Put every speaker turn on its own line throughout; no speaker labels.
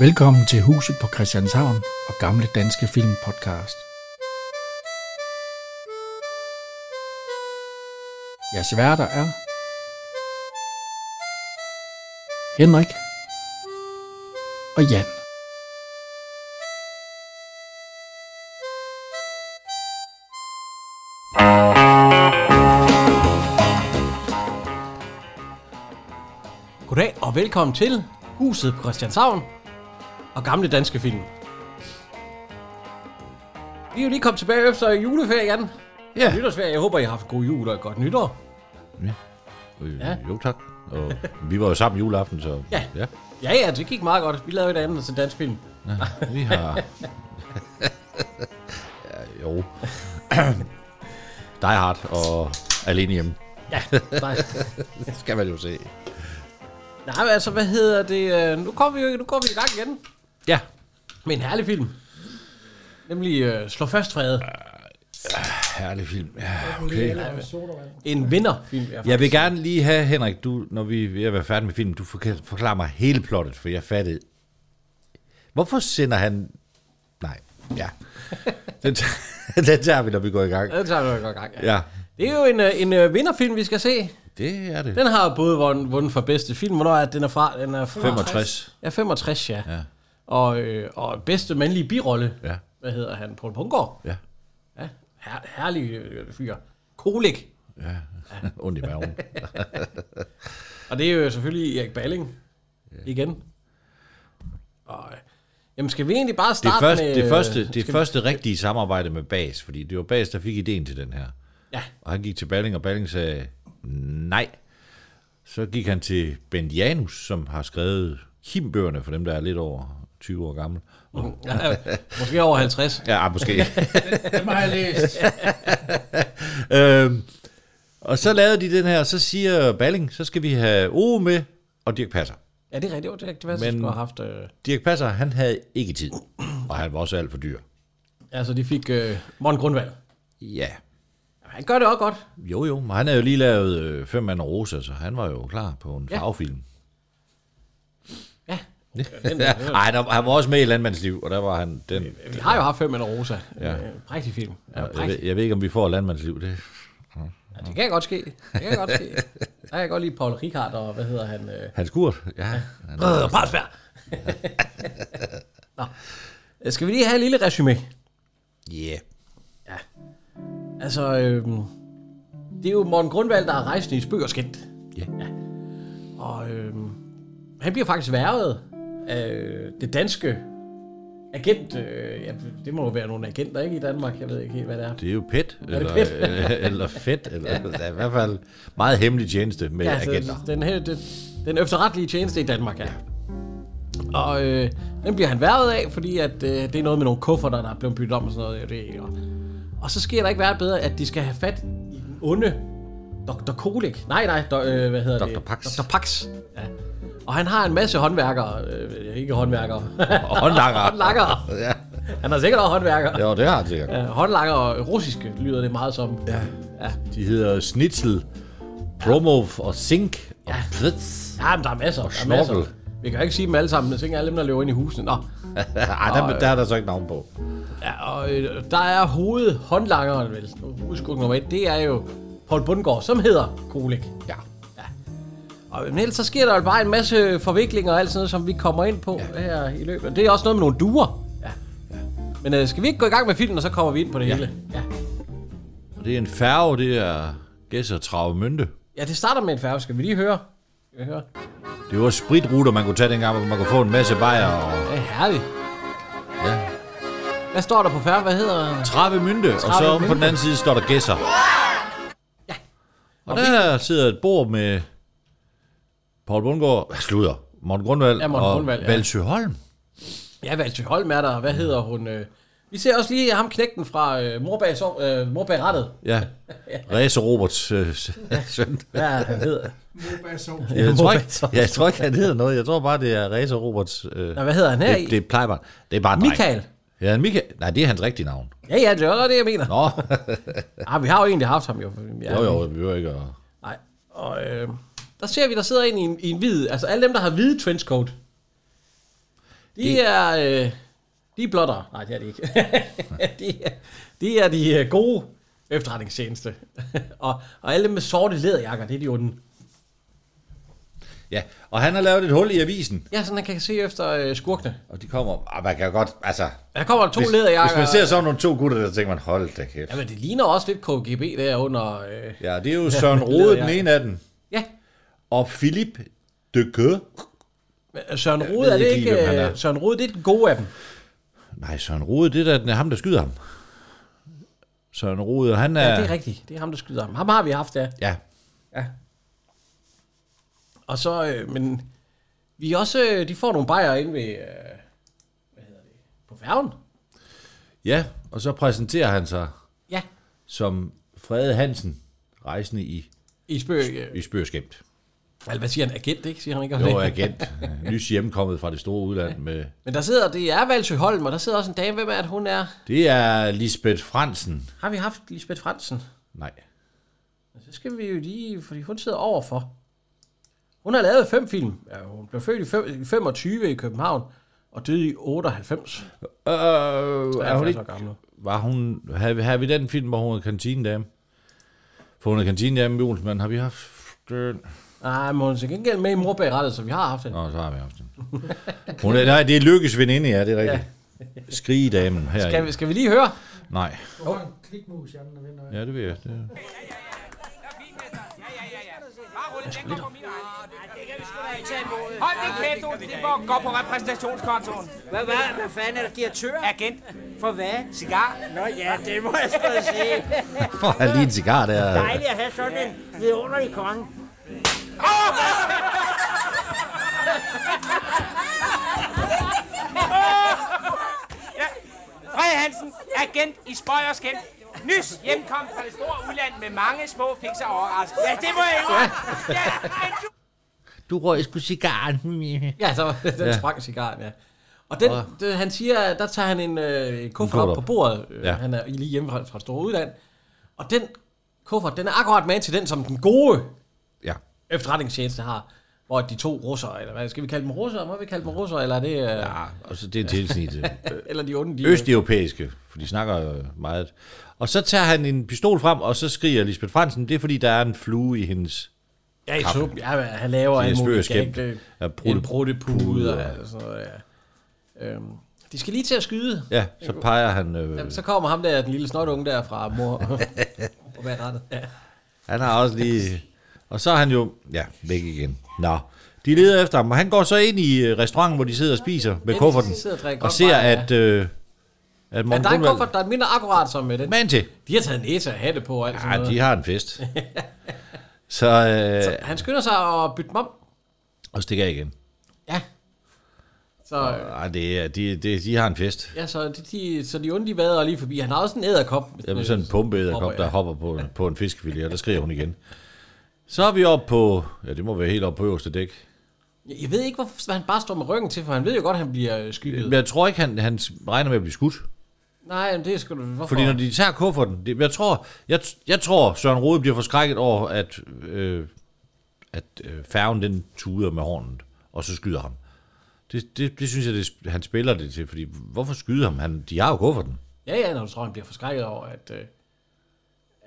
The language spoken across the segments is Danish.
Velkommen til Huset på Christianshavn og Gamle Danske Film Podcast. Jeres værter er Henrik og Jan.
Goddag og velkommen til Huset på Christianshavn og gamle danske film. Vi er jo lige kommet tilbage efter juleferie, Jan.
Ja.
Nytårsferie. Jeg håber, I har haft en god jul og et godt nytår.
Øh,
Ja.
Jo tak. Og vi var jo sammen juleaften, så
Ja.
ja.
Ja, ja, det gik meget godt. Vi lavede et andet til dansk film.
vi har... ja, jo. Die Hard og Alene Hjemme.
Ja, nej.
Det skal man jo se.
nej, men altså, hvad hedder det? øh, Nu kommer vi jo nu går vi i gang igen
Ja.
med en herlig film. Nemlig øh, Slå først fred.
Herlig film. Ja, okay.
En vinderfilm. i hvert fald.
Jeg vil gerne lige have, Henrik, du, når vi er ved at være færdige med filmen, du forklar- forklarer mig hele plottet, for jeg fattede. Hvorfor sender han... Nej, ja. Den tager, den tager vi, når vi går i gang.
Ja, Det tager vi godt gang. Ja.
Ja,
Det er jo en, øh, en øh, vinderfilm, vi skal se.
det er det.
Den har både vundet, vundet for bedste film. Hvornår er den er fra? Den er fra
65.
Ja, 65, ja. ja.
Ja.
Og, øh, og bedste mandlige birolle.
Ja.
Hvad hedder han? Poul Bungård.
Ja.
Ja, her, herlig øh, fyr. Kolik.
Ondt i maven.
Og det er jo selvfølgelig Erik Balling. Igen. Og, øh, jamen, skal vi egentlig bare
Det
starte
første,
med...
det
øh,
første, det
skal
første rigtige samarbejde med Bas, fordi det var Bas, der fik ideen til den her.
Vi, ja,
Og han gik til Balling, og Balling sagde nej. Så gik han til Bent Janus, som har skrevet Kim-bøgerne for dem, der er lidt over 20 år gammel.
ja, måske over 50.
Ja, ah, måske.
Dem har jeg læst.
øhm, og så lavede de den her, og så siger Balling, så skal vi have Ove med, og Dirk Passer.
Ja, det er rigtigt. Det er rigtigt. Hvad
Men-
skulle have haft... Øh,
Dirk Passer, han havde ikke tid, og han var også alt for dyr.
altså, de fik øh, Morten Grundvald.
Ja,
Jamen, Han gør det også godt.
jo jo, men han havde jo lige lavet øh, Fem Mand og Rosa, så han var jo klar på en
Ja.
fagfilm.
Ja. Den,
Ja, ej, der, han var også med i Landmandsliv, og der var han den...
Vi har jo haft fem eller rosa.
Ja.
Ja. Prægtig film. Ja,
Jeg
prægtig.
ved, jeg ved ikke, om vi får Landmandsliv. Det.
Ja, det kan godt ske. Det kan godt ske. Der kan jeg godt lide Paul Ricard og hvad hedder han? Øh,
Hans Kurt? Ja. Han,
øh, Parsberg. Nå. Øh, Skal vi lige have et lille resume?
yeah.
Altså, øh, det er jo Morten Grundvald, der er rejsende i spøg og skænd.
Ja.
Og øh, han bliver faktisk værvet af øh, det danske agent. Øh, ja, det må jo være nogle agenter, ikke? I Danmark. Jeg ved ikke helt, hvad det er.
Det er jo PET, eller,
PET?
eller FED, eller ja. i hvert fald meget hemmelig tjeneste med ja, altså- agenter.
altså, Den, den, her, den, den efterrettelige tjeneste i Danmark, ja. Og øh, den bliver han værvet af, fordi at, øh, det er noget med nogle kufferter, der er blevet byttet om og sådan noget. Ja, det er, og, og så sker der ikke være bedre, at de skal have fat i den onde Dr. Kolik. Nej, nej, do, øh, hvad hedder det?
Dr. Pax.
Dr. Pax, ja. Og han har en masse håndværkere. Øh, ikke håndværkere.
Og håndlanger.
håndlakkere.
Ja.
Han har sikkert også håndværkere.
Jo, det har han sikkert.
Ja. Håndlakker og russiske lyder det meget som. Ja. ja.
De hedder Snitzel, Promov og Zink og Plitz.
Ja, men der er masser. Og der er
snorkel.
masser. Vi kan jo ikke sige dem alle sammen, men tænker alle dem, der løber ind i husene. Nå.
Ej, der, der er der så ikke navn på.
Ja, og øh, der er hovedhåndlangeren, vel? Udskug nummer et, det er jo Paul Bundgaard, som hedder Kolik.
Ja.
Og men ellers så sker der jo bare en masse forviklinger og alt sådan noget, som vi kommer ind på ja. her i løbet. Det er også noget med nogle duer. Ja. ja. Men øh, skal vi ikke gå i gang med filmen, og så kommer vi ind på det ja. hele? Ja.
Og det er en færge, det er Gæsser Travemynde.
ja, det starter med en færge. Skal vi lige høre? Skal vi høre?
Det var spritruter, man kunne tage dengang, hvor man kunne få en masse bajer og...
Det er herligt.
Ja.
Hvad står der på færgen? Hvad hedder...
Travemynde, og så om på den anden side står der gæsser.
Ja.
Og der sidder et bord med Paul Bundgaard, slutter, Morten Grundvald
Ja, Morten
og
Grundvald, ja.
Valsø Holm.
Ja, Valsø Holm er der. Hvad hedder hun? Øh? Vi ser også lige ham knægten fra øh, Morbag, Sov- øh, Morbag Rattet.
Ja. Ræse Roberts øh, s- søn.
Hvad er han hedder?
Jeg tror, ikke,
Robert.
jeg tror ikke, han hedder noget. Jeg tror bare, det er Ræse Roberts... Øh,
Nå, hvad hedder han her i?
det, det plejer bare. Det er bare en dreng.
Michael.
Ja, en Michael. Nej, det er hans rigtige navn.
Ja, ja, det er også det, jeg mener.
Nå,
Ah, vi har jo egentlig haft ham jo. Ja,
jo jo, vi behøver ikke at...
Nej. Og øh, der ser vi, der sidder en i en, i en hvid, altså alle dem, der har hvide trenchcoat. De er... Øh, de er blotter. Nej, det er de ikke. de, er, de er de øh, gode efterretningstjeneste. og, og alle dem med sorte læderjakker, det er de onde.
Ja, og han har lavet et hul i avisen,
Ja, sådan man kan se efter øh, skurkene.
og de kommer... Og man kan jo godt... Altså,
Der kommer der to
hvis,
læderjakker.
hvis man ser sådan nogle to gutter, der tænker man, hold da kæft.
Jamen, det ligner også lidt KGB der under... Øh,
Ja, det er jo Søren Rode, den ene af dem.
ja,
Og Philip de Kø.
men øh, Søren Rode
ved
er det
ikke lige,
ikke...
hvem han
øh,
er.
Søren Rode, det er den gode af dem.
Nej, Søren Rode, det er, da- det er ham, der skyder ham. Søren Rode, han er...
Ja, det er rigtigt. Det er ham, der skyder ham. Ham har vi haft, ja.
Ja,
ja. Og så... Øh, men vi er også... Øh, de får nogle bajer ind ved... Øh, hvad hedder det? På færgen?
ja, og så præsenterer han sig
Ja.
som Frede Hansen, rejsende i,
I spøg... Øh,
i Spørgeskimt.
altså, hvad siger han? Agent, ikke? Siger han ikke om
Jo,
det?
agent, nys hjemkommet fra det store udland med...
Men der sidder... Det er Valsø Holm, og der sidder også en dame. Hvem er det, hun er?
Det er Lisbeth Fransen.
Har vi haft Lisbeth Fransen?
Nej.
Så skal vi jo lige, fordi hun sidder overfor. Hun har lavet fem film. Ja, hun blev født i fem- i 25 i København og døde i 98.
Øh, er hun ikke...
gammel.
Var hun... Har vi, har vi den film, hvor hun er kantinedame? For hun er kantinedame med Olsmann. Har vi haft den?
Nej, men hun er til gengæld med i mor bag rattet, så vi har haft den.
Nå, så har vi haft den. Hun er, nej, det er Lykkes veninde, ja, det er rigtigt. Ja. Skrigedamen her.
Skal vi, skal vi lige høre?
Nej.
Du har en klikmus i anden af vinduet.
Ja, det ved jeg. Det er.
Hold din kæft, Olsen. Det går, går på repræsentationskontoen.
Hvad, hvad, hvad fanden er der direktør?
Agent,
For hvad?
cigar.
Nå ja, det må jeg sgu sige.
For at lige en cigar der.
Dejligt at have sådan en vidunderlig konge.
Fred Hansen, agent i spøj og skænd. Nys hjemkommet fra det store udland med mange små fikser og overraskelser. Ja, det må jeg ikke. Ja, men du...
Du røg sgu cigaren.
Ja, så den ja. sprang cigaren, ja. Og den, det, han siger, at der tager han en øh, kuffert op på
kuffert op.
bordet. Øh, ja.
Ja.
Han er lige hjemme fra, fra det Store Udland. Og den kuffert, den er akkurat med til den, som den gode
Ja.
efterretningstjeneste har. Hvor de to russere, eller hvad skal vi kalde dem russere? Må vi kalde dem russere, eller er det... Øh, ja.
ja, Ah, og så det er en tilsnit.
Eller de onde, de...
Østeuropæiske, for de snakker øh, meget. Og så tager han en pistol frem, og så skriger Lisbeth Fransen, det er fordi, der er en flue i hendes...
Ja, i suppen. Ja, men han laver
Det er
en mulig
spøgeskæmt.
gag.
Ja,
Ja,
prutte-
øh. en pruttepude og
pude,
alt sådan noget, ja. Øhm, de skal lige til at skyde.
Ja, så peger han... Øh,
Jamen, så kommer ham der, den lille snotunge der fra mor. og hvad rettet? Ja.
Han har også lige... Og så er han jo... Ja, væk igen. Nå. De leder efter ham, og han går så ind i øh, restauranten, hvor de sidder og spiser med kufferten,
sidder og drikker
og
godt
ser,
vej, ja.
at, øh, at
Men
Morten
der er en
Grundvald...
kuffert, der er mindre akkurat som med den.
Men til.
De har taget næse og hatte på og alt sådan
Ja,
noget.
de har en fest. så, øh, så...
Han skynder sig at bytte dem om.
Og stikker af igen.
Ja. Så,
Ej, det er, de, de, de har en fest.
ja, så, de, de, så de onde, de vader lige forbi. Han har også en æderkop.
Der er sådan en
Hopper,
pumpeæderkop,
ja.
der hopper på, på en fiskefilet, og der skriger hun igen. Så er vi oppe på... Ja, det må være helt oppe på øverste dæk.
Jeg ved ikke, hvorfor han bare står med ryggen til, for han ved jo godt, at han bliver øh,
Men
skygget.
jeg tror ikke, han, han regner med at blive skudt.
Nej, men det er sgu da... Hvorfor?
Fordi når de tager kufferten, det, jeg tror, jeg, jeg tror Søren Rode bliver forskrækket over, at, øh, at øh, færgen den tuder med hornet, og så skyder ham. Det, det, det synes jeg, det, han spiller det til, fordi hvorfor skyde ham? Han, de har jo kufferten.
Ja, ja, når du tror, han bliver forskrækket over, at... Øh,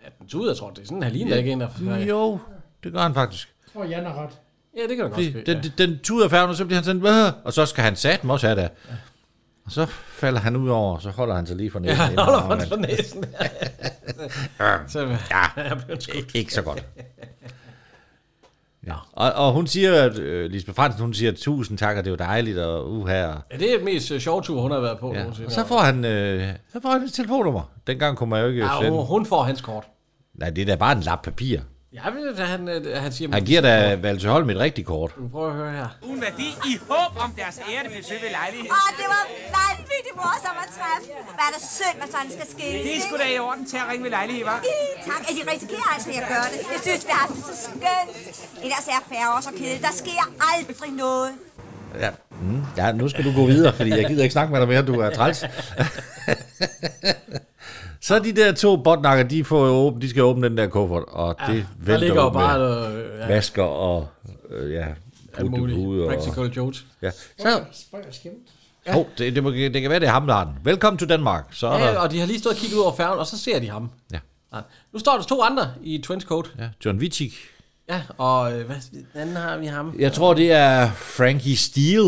at den tuder, jeg tror, det er sådan, han ligner ikke en, der er forskrækket.
Jo, det gør han faktisk.
Jeg tror, Jan har ret.
Ja, det kan du godt
Det,
ske.
den,
Ja.
den, den tuder færgen, og så bliver han sådan, "Åh!" og så skal han satme også have det. Og så falder han ud over, og så holder han sig lige for næsen. Ja,
Holder for for næsen. så, øh, ja.
Ikke så godt. Ja. Og, og hun siger, at øh, Lisbeth Fransen, hun siger, tusind tak, og det er jo dejligt, og uha. og-
ja, det er den mest øh, sjove tur, hun har været på ja.
Ja.
nogensinde.
Og så får han, øh, så får han et telefonnummer. Dengang kunne man jo ikke
ja, hun,
sende.
hun får hans kort.
Nej, det er da bare en lap papir.
Ja, men det- han, øh, han siger...
Han giver da Valse Holm et rigtigt kort.
Prøv at høre her.
Uden værdi i håb om deres ærede besøg ved lejligheden.
Åh, det var vanvittigt morsomt at træffe. Hvad er det synd, at sådan skal ske.
Det er sgu da i orden til at ringe ved lejligheden, hva'?
Tak, at I risikerer altså, at jeg gør det. Jeg synes, vi har haft det så skønt. Ellers er færre også så kedeligt. Der sker aldrig noget.
Ja. Mm. ja, nu skal du gå videre, fordi jeg gider ikke snakke med dig mere, du er træls. så de der to botnakker, de, får jo åbne, de skal åbne den der kuffert, og det vælter
Der ligger jo
jo
bare
med
noget... øh, Ja,
vasker og øh, ja,
alt muligt.
puttepude og-
Practical jokes.
Ja. Så,
Spørg og skæmt.
Ja. Oh, det, det, må, det kan være, det er ham, der har den. Velkommen til Danmark. Så er
Ja,
der
og de har lige stået og kigget ud over færgen, og så ser de ham.
ja.
Nej. Nu står der to andre i trenchcoat.
Ja, John Wittig.
Ja, og øh, hvad, den anden har vi ham.
Jeg tror, det er Frankie Steele.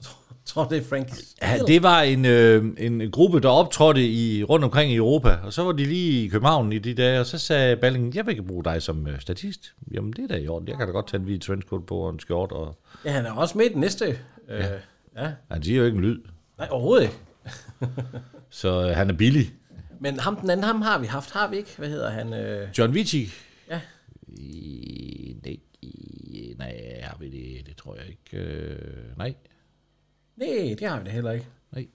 Jeg tror, det er Frankie.
Ja, det var en, øh, en gruppe, der optrådte i, rundt omkring i Europa, og så var de lige i København i de dage, og så sagde Balling, jeg vil ikke bruge dig som øh, statist. Jamen, det er da i orden. Jeg kan da godt tage en hvid trenchcoat på og en skjort. Og...
Ja, han er også med i den næste. Øh, ja. ja.
Han siger jo ikke en lyd,
Nej, overhovedet ikke.
så øh, han er billig.
Men ham den anden, ham har vi haft, har vi ikke? Hvad hedder han? Øh,
John Wittig?
Ja.
I, nej, i, nej, har vi det? Det tror jeg ikke. Øh, nej,
nej, det har vi da heller ikke.
nej.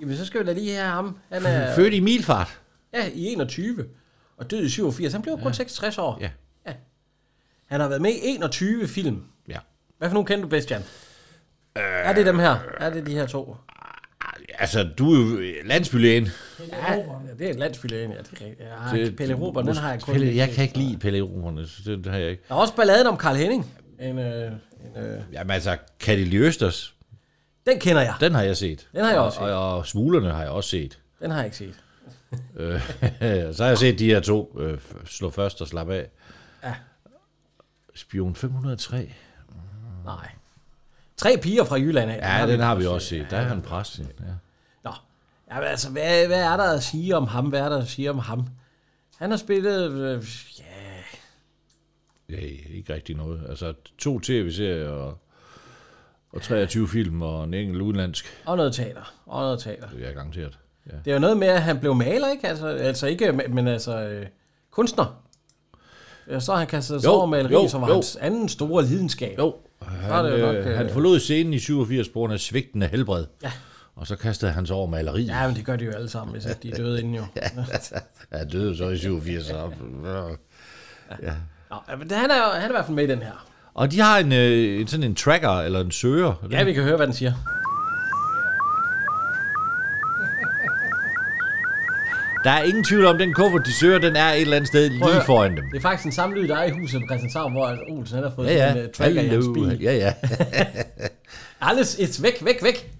Jamen, så skal vi da lige have ham. Han er
Født i milfart.
ja, i 21 og død i 87. Han blev kun 66 år.
Ja.
Han har været med i 21 film.
Ja.
Hvad for nogle kender du bedst, Jan?
Øh,
Er det dem her? Er det de her to?
Altså, du er jo øh, landsbylægen.
Ja, det er en landsbylæge, ja, det er rigtigt. Jeg har
Det-
ikke Pelle Robert, den har jeg kun.
Øh, Pelle, jeg kan ikke lide Pelle Romerne, så det, det har jeg ikke.
Der er også balladen om Karl Henning. En, øh, en, øh,
Jamen altså, Katty Løsters,
den kender jeg.
den har jeg set.
Den har jeg også
Og, og, og Smuglerne har jeg også set.
Den har jeg ikke set.
Øh, så har jeg set de her to øh, f- slå først og slappe af. Ja. Spion 503.
Nej. Tre piger fra Jylland af.
Ja,
vi.
den har vi også set. Der er han præsten. Ja.
Nå. Jamen, altså, hvad, hvad er der at sige om ham? Hvad er der at sige om ham? Han har spillet... Øh, ja,
Ja, ikke rigtig noget. Altså, to tv-serier og, og 23 film og en enkelt udenlandsk.
og noget teater. Og noget teater.
Det er jeg garanteret. Ja.
Det er jo noget med, at han blev maler, ikke? Altså, altså ikke, men altså øh, kunstner. Ja, Så har han kastet sig
Jo,
over maleri,
jo,
som var
jo.
hans anden store lidenskab.
Jo,
er
han,
det jo nok,
øh,
øh,
han forlod scenen i 87 på grund af svigtende helbred. Ja. Og så kastede han sig over maleriet.
Ja, men det gør de jo alle sammen, hvis ikke de er døde inden jo.
Ja, døde så i 87. så-
Nå, men han er, jo- han er i hvert fald med i den her.
Og de har en, øh, en sådan en tracker eller en søger.
Ja, vi kan høre, hvad den siger.
Der er ingen tvivl om, den kuffert, de søger, den er et eller andet sted
Prøv at
lige
høre.
foran dem.
Det er faktisk den samme lyd, der er i huset på Christianshavn, hvor Olsen han har fået
Ja,
ja,
ja.
en uh, tracker i hans
Hallo.
bil.
Ja, ja.
Alles it's væk, væk, væk.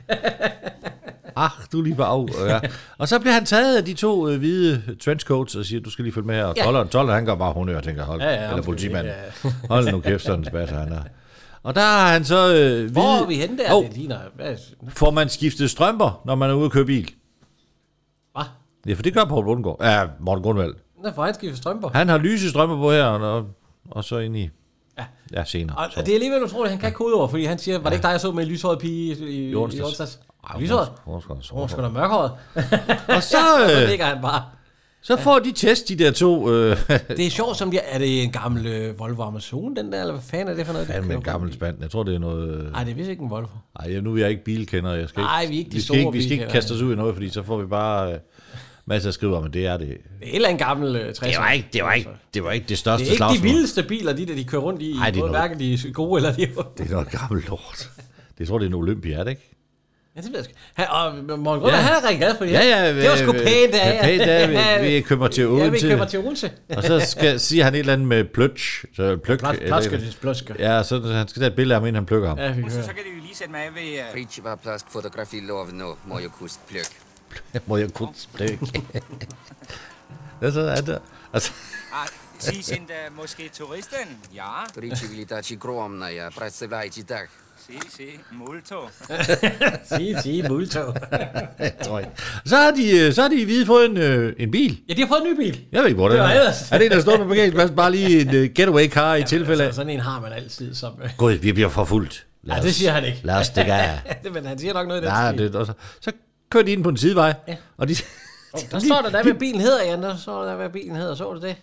Ach, du lige bare af. Ja. Og så bliver han taget af de to øh, hvide trenchcoats og siger, du skal lige følge med her. Og
Ja.
tolleren, tolleren, han går bare honør og tænker, hold,
Ja,
ja,
ja,
ja, eller
undskyld,
politimanden.
ja.
Hold nu kæft, sådan en spat, han er. Og der har han så øh, hvide...
Hvor er vi henne der?
Hov,
Oh. Det ligner... Hvad?
får man skiftet strømper, når man er ude at køre bil?
Hvad?
Ja, for det gør Poul Bundgaard. Ja, Morten Grundvald.
Der får han skiftet strømper.
Han har lyse strømper på her, og, og så ind i...
Ja.
Ja, senere.
Og
så.
det er alligevel utroligt, at han kan ikke kodeord, fordi han siger, var det ikke dig, jeg så med en lyshåret pige i, i, i
onsdags.
onsdags?
Ej,
Lyshåret?
hun er sgu- hun er sgu-
Hun er sgu da mørkhåret.
Og så,
Så
øh,
ligger han bare.
så får de test, de der to... Øh,
Det er sjovt, som jeg... Er det en gammel øh, Volvo Amazon, den der, eller hvad fanden er det for noget? de
fandme
kører
en gammel
forbi?
spand. Jeg tror, det er noget... øh,
Ej, det er vist ikke en Volvo.
Nej, nu er jeg ikke bilkender. Jeg skal ikke,
Nej, vi er ikke de
vi skal
store
ikke, vi skal ikke
bilkender.
kaste os ud i noget, fordi så får vi bare øh, masser af skriver, men det er det.
Det er heller en gammel øh, 60'er.
Det var ikke det, var ikke, det, var ikke det
Det
største
er ikke de
slagsmål.
vildeste biler, de der, de kører rundt i.
Ej,
Ej,
det er
det både
noget-
hverken de er gode eller de er onde.
Det er noget gammelt lort. Det tror, det er en Olympia, er det ikke?
Ja, det ved jeg sgu. Han, og Morten Grunde,
Ja.
han er rigtig glad for det.
Ja, ja.
det var sgu
øh,
pænt af jer.
Pænt af, vi, vi køber til
Ja, vi
Odense.
køber til Odense.
Og så skal, siger han et eller andet med pløtsch. Så pløk.
Plasker, det plasker.
Ja, så han skal tage et billede af ham, inden han plukker ham.
Ja, vi hører.
Så kan det jo lige sætte mig af ved... øh,
Pričeva plask fotografilov, må jo kust pløk.
Må jeg kun spløkke? det er det. Altså,
Ah, Sisin, der måske turisten. Ja,
Pričevlita ci gromnaja, представляете так.
se, se, molto.
Sige, sige, multog.
jeg tror ikke. Så har de, øh, så har de i hvide fået en, øh, en bil.
Ja, de har fået en ny bil.
Jeg ved ikke, hvor den
Det
er.
var ellers.
Er det en, der står på parkeringspladsen? Bare lige en øh, getaway car i tilfælde af.
Altså, sådan en har man altid. Som, øh,
Gud, vi bliver forfulgt. Lad
Ja,
os-
det siger han ikke.
Lad os stikke af.
men han siger nok noget i den
Nej,
stil.
det, og så, så kører de ind på en sidevej. Og de,
Der står der, der hvad bilen hedder, Jan. Der står der, hvad bilen hedder. Så du det?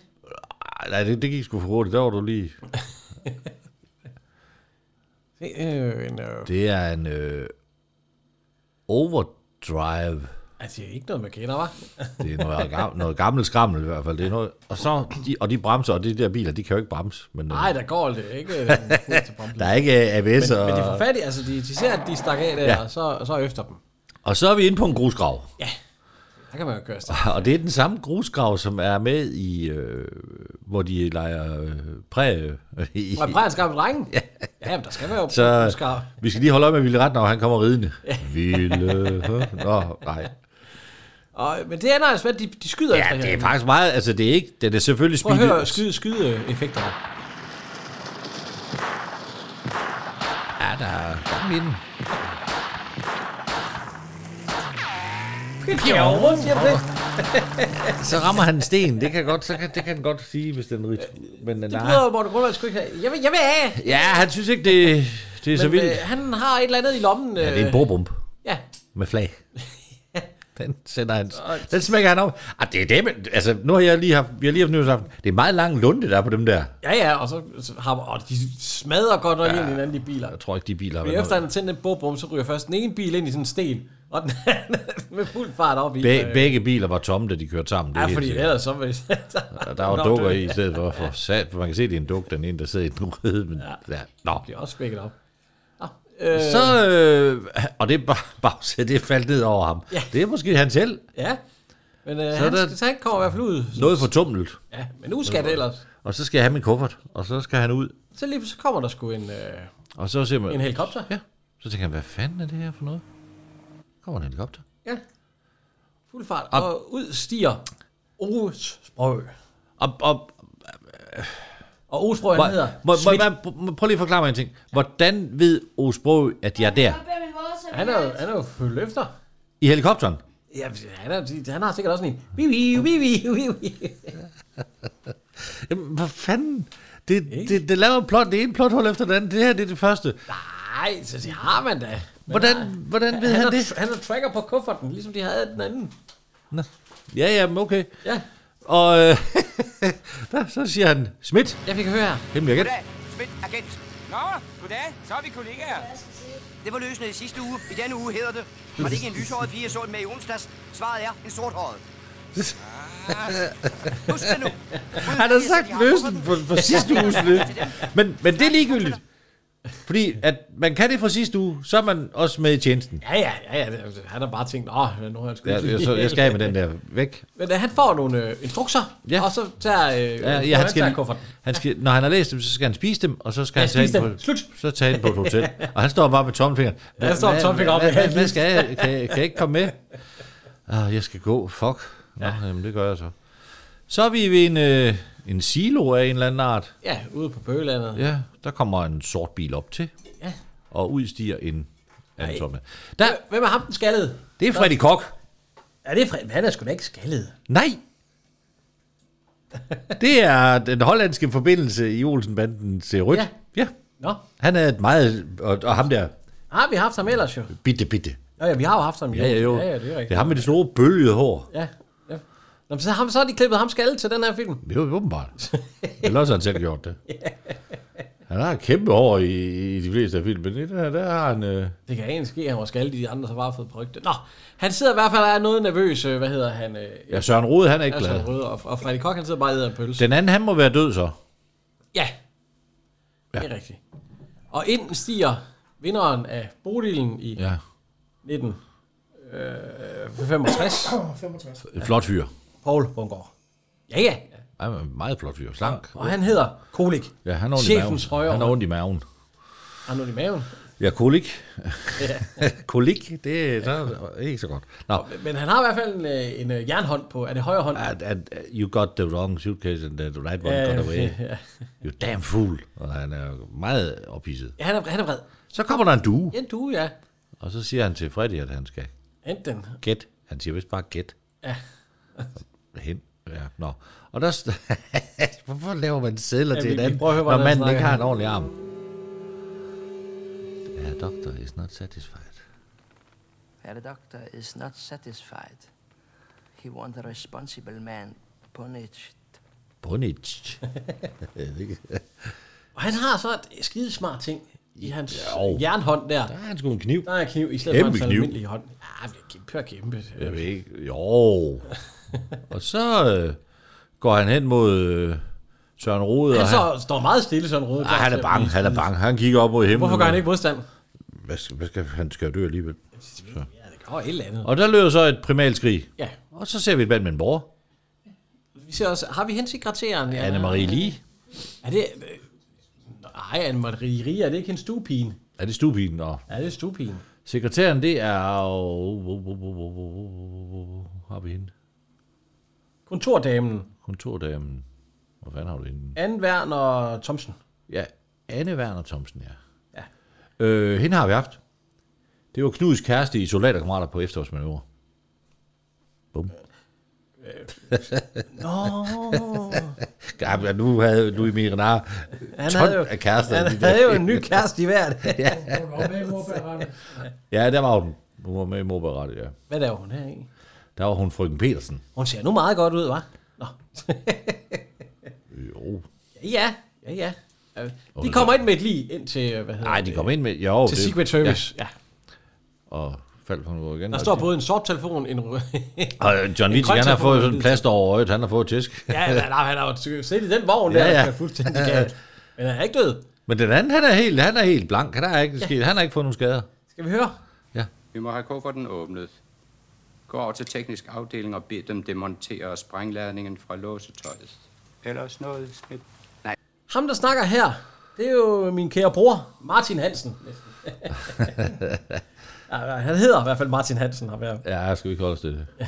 Ej, nej, det, det gik sgu for hurtigt. Der var du lige...
Det er jo en... Øh,
Det er en øh, overdrive.
altså, det er ikke noget, man kender, hva'?
Det er noget, gam- noget gammelt skrammel i hvert fald. Det er noget, og, så, de, og de bremser, og de der biler, de kan jo ikke bremse. Men, øh,
Nej, der går det ikke. øh, ned til bomben.
der er ikke øh, ABS.
Men,
og,
men de får fat i, altså de, de ser, at de stak af der,
Ja.
ja. og så, og så efter dem.
og så er vi inde på en grusgrav.
Ja. Der kan man jo køre sig.
Og det er den samme grusgrav, som er med i, øh, hvor de leger øh, præ. I,
Og præger skarpe drenge? Ja. ja, men der skal være jo
så
så... skarpe.
vi skal lige holde øje med Ville Ret, når han kommer ridende. Ville... Nå, nej.
Og, men det ender altså med, at de, de skyder efter
Ja, det er
hinanden.
faktisk meget... Altså, det er ikke... Den er selvfølgelig
Prøv at høre
speedet.
skyde, skyde
øh,
effekter.
Ja, der er gang i den.
Jo, siger du det?
Så rammer han en sten. Det kan, godt, så kan, det kan han godt sige, hvis den rig... Men øh,
Det
nej.
bryder Morten Grundvald sgu ikke have. Jeg vil, jeg vil af!
Ja, han synes ikke, det, det er så
Men,
vildt.
øh, han har et eller andet i lommen. Øh,
Ja, det er en bordbomb
Ja,
med flag. Den sender han. Den smækker han op. Ah, det er det, men- altså, nu har jeg lige haft, vi har lige haft nyhedsaften. Det er meget lang lunde, der er på dem der.
ja, ja og så, så har, og de smadrer godt nok ja. ind i hinanden, de biler.
Jeg tror ikke, de biler har
Men
været
efter han har tændt den bordbom, så ryger først den ene bil ind i sådan en sten, og den anden med fuld fart op i. Øh,
Be- begge biler var tomme, da de kørte sammen. Det
Ja,
er helt
fordi
sikkert.
ellers så vil...
Og der var dukker i, i stedet for. for sat, for man kan se, det er en duk, den ene, der sidder i den røde. Men, ja. Nå.
Det er også spækket op. Nå, øh,
Så, øh, og det er bare, bagse, det faldt ned over ham. Ja. Det er måske han selv.
ja, men øh,
er
han,
der-
skal, så han kommer i hvert fald ud.
Noget for tumlet.
Ja, men nu skal det ellers.
Og så skal jeg have min kuffert, og så skal han ud.
Så lige så kommer der sgu en, øh,
Og så ser man,
en helikopter.
Ja. Så tænker han, hvad fanden er det her for noget? Kommer en helikopter?
Ja. Fuld fart. Og ud stiger Ores Sprø.
Og, og,
Og Ores Sprø,
må,
han hedder
må, må,
Schmidt.
må, må, prøv lige at forklare mig en ting. Hvordan ved Osbro, at jeg er der?
Han er, jo- han er jo fuldt efter.
I helikopteren?
Ja, han, er, han har sikkert også sådan en... Biu, biu, biu, biu, biu.
Jamen, hvad fanden? Det, det, det laver en plot, det ene plothul efter det andet. Det her det er det første.
Nej, så det har man da. Men
Hvordan,
nej.
hvordan ved
Han
han
har,
det?
han har tracker på kufferten, ligesom de havde den anden.
Nå. Ja, ja, men okay.
Ja,
Og øh, der, så siger han, Schmidt,
jeg fik høre her.
hemmelig agent.
Goddag, Smidt Agent.
Nå, goddag. Så er vi kollegaer.
Det var løsnet i sidste uge. I denne uge hedder det. Var det ikke en lyshåret pige, jeg så den med i onsdags? Svaret er en sorthåret. Ah. Husk det nu.
Han har sagt løsen for, for sidste uges løs. Men, men det er ligegyldigt. Fordi at man kan det fra sidste uge, så er man også med i tjenesten.
Ja, ja, ja, ja. det- altså, Han har bare tænkt, åh, nu har jeg sgu...
Ja,
ikke-
jeg, så, jeg skal af med den der væk.
Men øh, han får nogle øh, instrukser,
Ja.
og så tager øh,
Ja, ja, han skal,
tager kufferten.
han skal, når han har læst dem, så skal han spise dem, og så skal
Ja,
han tage
spise
ind
dem.
på,
Slut.
så tage ind på et hotel. Og han står bare med tommelfingeren. Hva-
han står med
hva-
tommelfingeren op
hva-
i halsen.
hva- Hvad skal jeg? Kan, jeg- kan jeg ikke komme med? Ah, jeg skal gå. Fuck. Nå, ja. jamen, det gør jeg så. Så er vi ved en, øh, en silo af en eller anden art.
Ja, ude på bøgelandet. Ja.
Ja, der kommer en sort bil op til. Ja. Og udstiger en anden sort mand. Der,
Hvem er ham, den skaldede?
det er Freddy Kok.
Ja, det er Fred. Han er sgu da ikke skaldet.
Nej! Det er den hollandske forbindelse i Olsenbanden til Rødt.
Ja.
Ja. ja.
Nå,
Han er et meget... Og, og ham der,
har vi haft ham ellers jo?
bitte, bitte.
Nå ja, vi har jo haft ham.
Ja, ja, jo.
Ja, ja, det er
det er
rigtigt.
ham med det store bølgede hår.
Ja, ja. Nå, men så, har, så har de klippet ham skaldet til den her film.
Det er jo åbenbart. Ellers har han selv gjort det. Han har et kæmpe hår i, i de fleste af filmene. Det der, der har han... Øh,
Det kan egentlig ske, at han var skaldet, de andre så bare har fået prygte. Nå, han sidder i hvert fald og er noget nervøs. øh, Hvad hedder han? Øh,
ja, Søren Rode, han er ikke
altså,
glad.
Røde, og, og Freddy Kok, han sidder bare og æder en pølse.
Den anden, han må være død så.
Ja. ja. Det er rigtigt. Og ind stiger vinderen af Bodilen i
Ja.
1965,
Og 65.
En flot fyr.
Paul Bungård. Ja, ja.
Han er en meget flot fyr. Slank.
Og han hedder Kolik.
Ja, han har ondt i maven.
Chefens højre
Han har
hånd.
ondt i maven.
Har han ondt i maven?
Ja, kolik. kolik, det, så er det ikke så godt. Nå,
Men han har i hvert fald en, øh, en øh, jernhånd på. Er det højre hånd?
at, at, you got the wrong suitcase and the right one
Ja,
got away.
ja.
You damn fool. Og han er jo meget ophidset.
Ja, han er, han er vred.
Så kommer der en due,
Ja, du, ja.
og så siger han til Freddy, at han skal
Enten.
gæt. Han siger vist bare gæt.
Ja.
Hen. Ja, nå. Og der... st- Hvorfor laver man sædler
Ja,
til
vi- vi
hinanden,
prøver at høre,
når
hvordan han
manden ikke
snakker.
har en ordentlig arm? Ja, doctor is not satisfied.
Herr Doctor is not satisfied. He want a responsible man punished.
Bonich. det
Og han har så et skidesmart ting i hans
Jo.
jernhånd der.
Der er han sgu en kniv.
Der er kniv i stedet
Kæmpe
for en
kniv.
almindelig hånd. Ja, det er kæmpe og kæmpe.
Jeg ved ikke. Jo. og så øh, går han hen mod øh, Søren Rode.
Han
og han,
så står meget stille sådan rød.
Ej, han er bange, han er bange. Han kigger op mod himlen.
Hvorfor gør han ikke modstand?
Hvad skal, hvad skal, han skal jo dø alligevel.
Ja, det gør et eller andet.
Og der løber så et primalskrig.
Ja,
Og så ser vi et band med en bror,
Vi ser også, har vi hensekretæren?
ja. Anne-Marie Lige.
Er det... øh, Nej, Anne-Marie Rie, er det ikke hendes stuepigen?
Er det stuepigen? Og
Ja, det er stuepigen.
sekretæren, det er... Hvor har vi hende?
Kontordamen,
Kontordamen. Hvor fanden har du hende?
Anne Werner og Thomsen.
Ja, Anne Werner Thomsen, ja. ja. Øh, hende har vi haft. Det var Knuds kæreste i Soldaterkammerater på efterårsmanøvre. Bum.
Nå,
Ja, men nu havde Louis Mirenar
han
ton
havde jo,
af kærester. i
han
de der
havde jo
film.
en ny kæreste i hvert.
Hun var med i morberetten.
Ja, der var hun. Hun var med i Morberettet, ja.
Hvad er hun her i?
Der var hun frøken Petersen.
Hun ser nu meget godt ud, hva'? Nå.
Jo.
Ja, ja, ja. Øh, De
det
kommer ind med et lige ind til, øh, hvad hedder
Nej, de kom ind med... Jo,
til
det-
Secret Service. Ja.
Ja, og faldt for noget igen.
Der
Og
står
det-
både en sort telefon, en rød...
Og John Witzig, han har
grøntsagsform,
fået sådan
en
en plaster over øjet. Han har fået tæsk.
ja, ja, nej, han har jo set i den vogn der,
Ja,
ja,
ja.
ja. der er fuldstændig galt. Men han er ikke død.
Men den anden, han er helt, han er helt blank. Han har ikke, sket, han har ikke fået nogen skader.
Skal vi høre?
Vi må have kufferten åbnet. Gå over til teknisk afdeling og bed dem demontere sprængladningen fra låsetøjet. Ellers noget skidt.
Ham, der snakker her, det er jo min kære bror, Martin Hansen. Ja, han hedder i hvert fald Martin Hansen. Har været.
Ja, skal vi ikke holde os til det.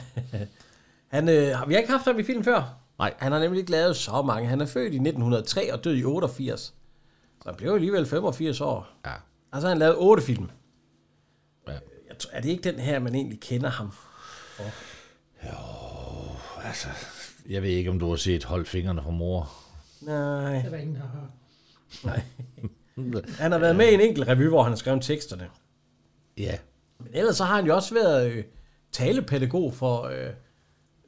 Han, øh, har vi ikke haft ham i film før?
Nej.
Han har nemlig ikke lavet så mange. Han er født i 1903 og død i 88. Så han blev alligevel 85 år.
Ja.
Altså, han lavede 8 film.
Ja.
Jeg tror, er det ikke den her, man egentlig kender ham?
Altså, jeg ved ikke, om du har set Hold fingrene fra mor.
Nej.
Det er der ingen, der har.
Han har været med i en enkelt revy, hvor han har skrevet teksterne.
Ja.
Men ellers så har han jo også været øh, talepædagog for øh,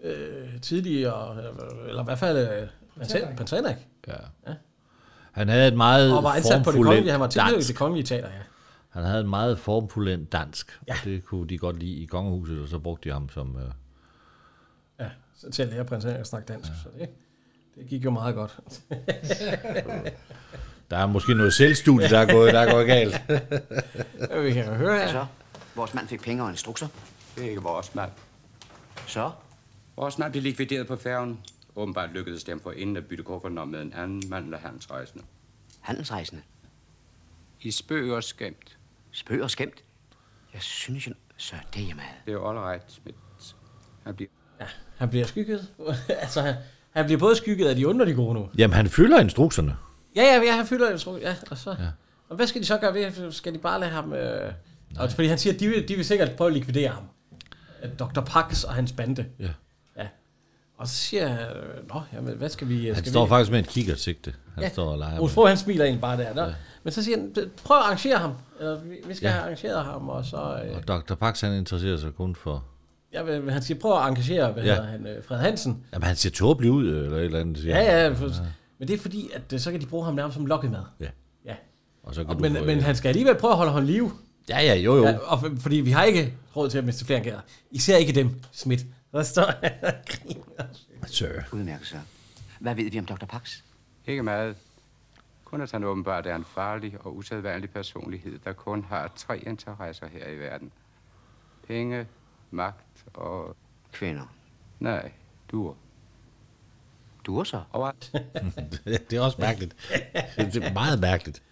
øh, tidligere, øh, eller i hvert fald øh, Prins- Prins Henrik.
Han havde et meget
Og var ansat på det
formfuldendt
kongelige, han var tilknyttet
dansk.
det kongelige teater, ja.
Han havde en meget formfuldendt dansk. Ja. Og det kunne de godt lide i kongehuset, og så brugte de ham som... Øh,
ja. Så til at lære Prins Henrik at snakke dansk, ja. så det, det gik jo meget godt.
der er måske noget selvstudie, der er gået, der er gået galt.
Vi kan jo høre her.
Altså.
Så, vores mand fik penge og instrukser.
Det er ikke vores mand.
Så,
Vores mand blev likvideret på færgen. Åbenbart lykkedes dem for inden at bytte kufferten om med en anden mand eller handelsrejsende.
handelsrejsende.
I spøg og skæmt.
Spøg og skæmt. Jeg synes jo... Så det er jeg med.
Det er all right, Schmidt. Han bliver...
Han bliver skygget. altså, han, han bliver både skygget af de onde og de gode nu.
Jamen, han fylder instrukserne.
Ja, ja, ja han fylder, jeg tror. Ja, og så... Ja. Og hvad skal de så gøre ved? Skal de bare lade ham... Øh... Og, fordi han siger, at de vil, de vil sikkert prøve at likvidere ham. Øh, Dr. Pax og hans bande.
Ja.
ja. Og så siger han, øh, nå, jamen, hvad skal vi... øh,
Han
skal
står
vi...
faktisk med en kikkertsigte. Han
Ja.
ja. står og leger.
Rus
med-
Fogh, han smiler egentlig bare der. Nå. Men så siger han, prøv at arrangere ham. Eller, vi vi skal ja.
Ja.
have arrangeret ham, og så... Øh...
Og Dr. Pax, han interesserer sig kun for...
Ja, men han siger, prøv at engagere, hvad ja.
Ja.
hedder han, øh, Fred Hansen.
Jamen, han ser tåbelig ud, øh, eller et eller andet. Siger.
Ja,
han.
ja, for, ja. Men det er fordi, at øh, så kan de bruge ham nærmest som lokkemad.
Ja.
Ja.
Og så kan
Men,
du få, øh,
men han skal alligevel prøve at holde ham i live.
Ja, ja, jo, jo.
Ja, og for, fordi vi har ikke råd til at miste flere gæder. Især ikke dem, Schmidt. Der står han og griner.
Sir.
Udmærket så. Hvad ved vi om Dr. Pax?
Ikke meget. Kun at han åbenbart er en farlig og usædvanlig personlighed, der kun har tre interesser her i verden. Penge, magt og...
Kvinder.
Nej, dur.
Duer så?
Og
det er også mærkeligt. Det er meget mærkeligt.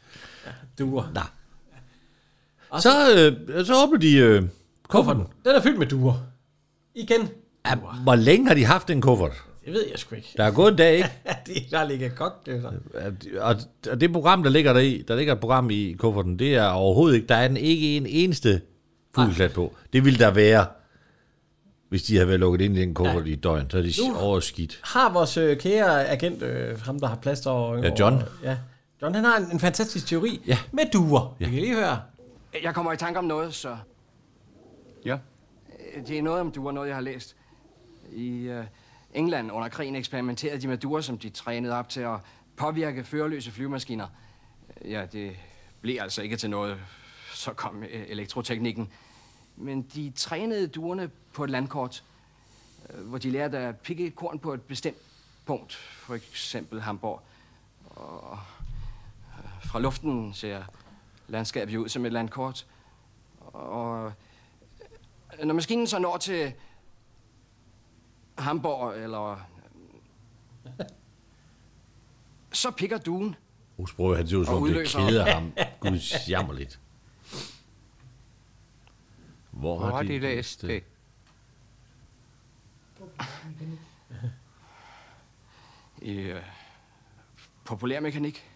Duer.
Nå. Så, øh, så åbner de øh,
Kufferten.
kufferten.
Den er fyldt med duer. Igen.
Ja, hvor længe har de haft den kuffert?
Det ved jeg sgu ikke.
Der er gået en dag, ikke?
Ja, det, der ligger kogt. Det er så.
At- Og, og det program, der ligger der i, der ligger et program i kufferten, det er overhovedet ikke, der er en, ikke en eneste fugleklat på. Det ville der være, hvis de havde været lukket ind i den kuffert i et døgn. Så er de overskidt.
Har vores øh, kære agent, øh, ham der har plads over...
Ja, John.
over- ja. John, han har en, en fantastisk teori ja. med duer. Ja. Vi kan lige høre.
Jeg kommer i tanke om noget, så...
ja,
Øh, Det er noget om duer, noget jeg har læst. I øh, England under krigen eksperimenterede de med duer, som de trænede op til at påvirke førerløse flyvemaskiner. Øh, Ja, det blev altså ikke til noget. Så kom øh, elektroteknikken. Men de trænede duerne på et landkort, øh, hvor de lærte at pikke et korn på et bestemt punkt. For eksempel Hamburg. Og øh, fra luften ser landskabet jo ud som et landkort. Og når maskinen så når til Hamburg, eller... Så pikker duen.
Bruce Brøgge, han ser ud som
Og
om det
udløser.
keder ham. Gud, jammer lidt. Hvor,
Hvor har de læst
øh,
det?
i øh, populærmekanik.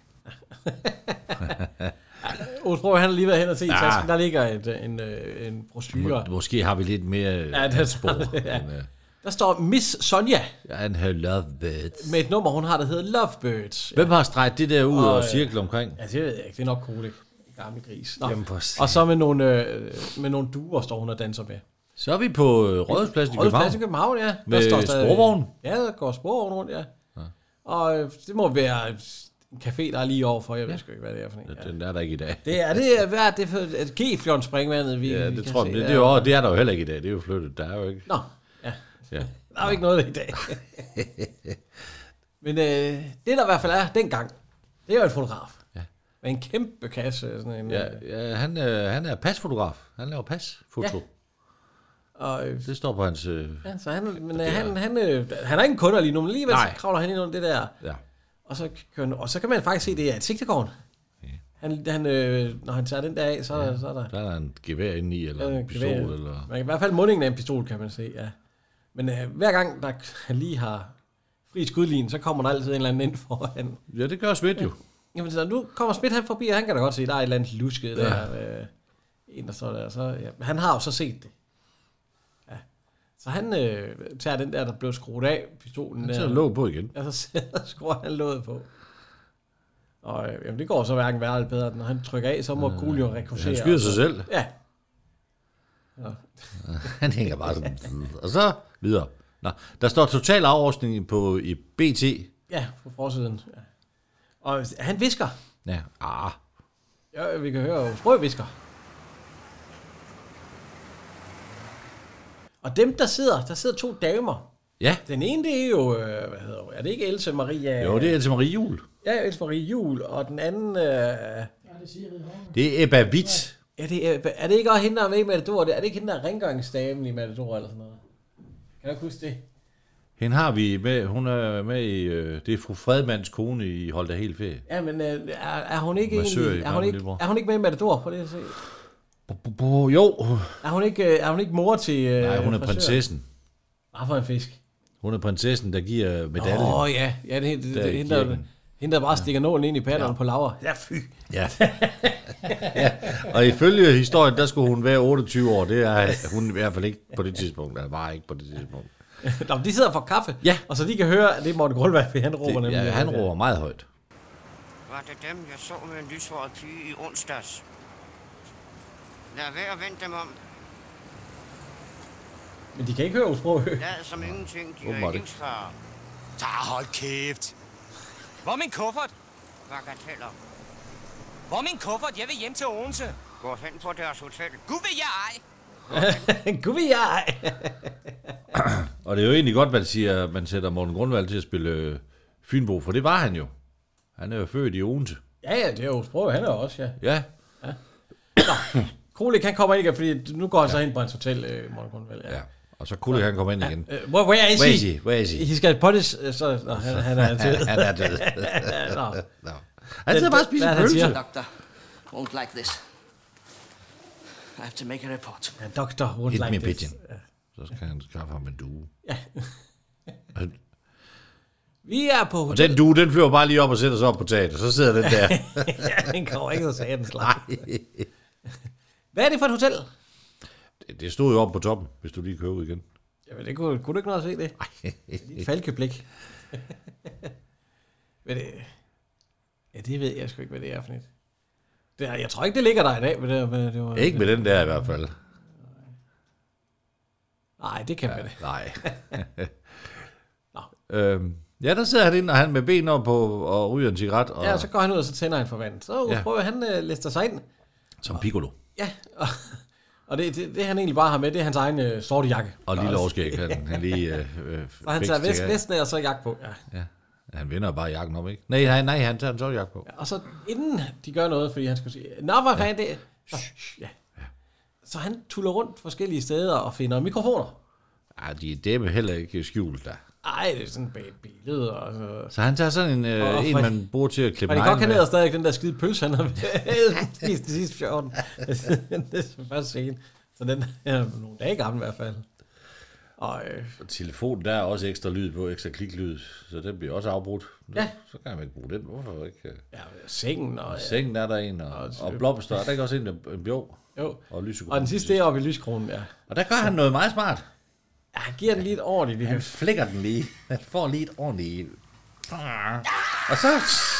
Osbro, han har lige været hen og set i
Ah.
tasken. Der ligger et, en, øh, en brochure.
Må, måske har vi lidt mere ja,
Ja,
det
det-
spor.
ja.
Men, uh,
Der står Miss Sonja
and her lovebirds.
med et nummer, hun har, der hedder Lovebirds.
Hvem har streget det der ud
Og,
og, og
øh,
cirkel omkring?
Ja, det ved jeg ikke. Det er nok Kolik. Gamle gris. Nå.
Jamen, for satan.
og så med nogle, øh, med nogle duer, står hun og danser med.
Så er vi på øh, Rådhuspladsen i
Rådhuspladsen i
København.
København, ja.
Med
stadig-
sporvogn?
Ja, der går sporvogn rundt, ja. ja. Og øh, det må være en café, der er lige overfor. Jeg ved sgu ikke, hvad det er for en. Ja.
Den er der ikke i dag.
Det er det, er- hvad er det for et G-fjon springvandet, vi
Ja,
vi
det
kan
tror
se?
jeg. Det,
Ja.
det, er jo, det er der jo heller ikke i dag. Det er jo flyttet. Der er jo ikke...
Nå, ja.
Ja.
Der er jo ikke noget i dag. Men øh, det, der i hvert fald er dengang, det er jo en fotograf. Ja. Med en kæmpe kasse. Sådan en, øh,
Ja, ja han, øh, han er pasfotograf. Han laver pasfoto. Ja.
Og, øh,
Det står på hans... Øh,
ja, så han, men øh, han, han, øh, han er ikke en kunder lige nu, men alligevel
Nej.
så kravler han ind under det der.
ja.
Og så, kører han, og så kan man faktisk se, det er et sigtegården. Han, han, øh, når han tager den der af, så, ja. så er der...
Der er der en gevær inde i, eller
Ja,
en
det
pistol,
kan være.
eller...
Man kan i hvert fald mundingen af en pistol, kan man se, ja. Men øh, hver gang, der han lige har fri skudlinjen, så kommer der altid en eller anden ind foran.
Ja, det gør Smidt jo.
Jamen, så nu kommer Smidt han forbi, og han kan da godt se, der er et eller andet lusket ja. der. Øh, en, der står der. Så, ja. Men Han har jo så set det. Ja. Så han øh, tager den der, der blev skruet af, pistolen
Han
der.
tager låg på igen.
Ja, så sidder- skruer han låget på. Og øh, jamen, det går så hverken værre eller bedre. Når han trykker af, så må øh, Coolio rekursere.
Han skyder sig selv.
Ja,
Han hænger bare sådan... Og så videre. Nå, der står total afrustning på i BT.
ja, på forsiden. Ja. Og han visker.
Ja, ah.
Ja, vi kan høre Sprøg visker. Og dem, der sidder, der sidder to damer.
Ja,
Den ene, det er jo, øh, hvad hedder hun? Er det ikke Else Maria?
jo, det er til Marie Jul.
Ja, Else Marie Jul, og den anden, øh,
Det er Ebba Witt.
er, det, øh, er det ikke også hende, der er med i Matador? Er det ikke hende, der er rengøringsdamen i Matador eller sådan noget? Kan du ikke huske det?
Hende har vi med, hun er med i, øh, det er fru Fredmands kone i Hold da helt ferie.
Ja, men øh, er, er hun ikke
Massør i
egentlig, er hun
Gamle
ikke,
Lillebror.
er hun ikke med i Matador? Prøv lige at se.
Bo, bo, bo, jo,
Er hun ikke, øh, er hun ikke mor til øh,
nej, hun er
frisøren?
prinsessen.
Ah, for en fisk.
Hun er prinsessen, der giver medaljen.
Åh oh, ja, ja det, det,
Der
det,
i
det hende, der,
kirken.
hende, der bare stikker nålen ind i patterne ja. på Laura. Ja, fy.
Ja. ja. Og ifølge historien, der skulle hun være 28 år. Det er hun i hvert fald ikke på det tidspunkt. Eller var ikke på det tidspunkt.
Nå, men de sidder for kaffe,
Ja.
og så de kan høre, at det er Morten Grundvald, for han råber
Det,
nemlig.
ja, han råber meget højt.
Var det dem, jeg så med en lyshåret pige i onsdags? Lad være at vende dem om.
Men de kan ikke høre Osbro
Lad som ingenting, de
Åbenbart ikke.
livsfare.
Da, hold kæft. Hvor er min kuffert?
Bagateller.
Hvor er min kuffert? Jeg vil hjem til Odense.
Gå hen på deres hotel.
Gud vil jeg ej.
Gud vi jeg.
Og det er jo egentlig godt, man siger, at man sætter Morten Grundvald til at spille øh, Fynbo, for det var han jo. Han er jo født i Odense.
Ja, ja, det er Osbro, han er også, ja.
Ja,
Krolik, han kommer ikke, fordi nu går han så hen på hans hotel, øh, Morten Grundvald. Ja.
ja. Og så kunne han komme ind igen.
Øh, where, where, is
Where
he?
is he? Where is he?
He skal pottes, øh, så nå, han, han er til.
Han er død.
Nå.
Nå. Han sidder bare og spiser
Hvad er det, han
pølse.
siger?
Doctor won't like this. I have to make a report.
Ja, Doctor would
Hit
like
me
this.
pigeon. Så skal han skaffe ham en due.
Vi er på
Og
hotel.
den due, den flyver bare lige op og sætter sig op på taget, og så sidder den der.
ja, den kommer ikke, så sagde den slag. Hvad er det for et hotel?
Det- Det stod jo oppe på toppen, hvis du lige kører ud igen.
Jamen, det kunne, kunne du ikke noget at se det? Dit falkeblik. Men det... Ja, det ved jeg sgu ikke, hvad det er for et. Det er, jeg tror ikke, det ligger der i dag. Men det, men det var,
Ikke med den der i hvert fald.
Nej, det kan ja. det.
Nej.
Nå.
øhm, ja, der sidder han ind, og han med ben op på, og ryger en cigaret, og,
Ja, så går han ud, og så tænder han for vandet. Så
Ja.
ja. prøver han øh, lister sig ind.
som piccolo.
Ja, og, og det, det, det, han egentlig bare har med, det er hans egen øh, sorte jakke.
Og lille overskæg, han, han lige... Øh, øh,
Og han
fikser
tager vest,
af.
vesten af, og så jakke på. Ja.
Han vender bare jakken om, ikke? Nej, nej, nej, han tager en sort jakke på.
Og så inden de gør noget, fordi han skulle sige, Nå, hvad fanden det er?" så, ja. så han tuller rundt forskellige steder og finder mikrofoner.
Ej, de er dem heller ikke skjult der.
Ej, det er sådan bag et billede. Og, så,
Så han tager sådan en, øh,
Og
en
fra-
man bruger til at klippe
Og det godt,
neglen
han
med.
æder stadig den der skide pølse, han har spist de sidste 14. Altså, det er så først scene. Så den er nogle dage gammel i hvert fald. Og øh,
Og Telefonen, der er også ekstra lyd på, ekstra kliklyd, så den bliver også afbrudt.
Ja.
Så kan man ikke bruge den. Hvorfor ikke?
Ja, sengen og...
Sengen er der en, og, og, og blomster. Er Der er ikke også en, der- en bjov.
Jo.
Og lysekron.
og den sidste det er oppe i lyskronen, ja.
Og der gør han noget meget smart.
Ja, han giver den lige et ordentligt. lille-
Han flækker den lige. Han får lige et ordentligt... Ah. Og så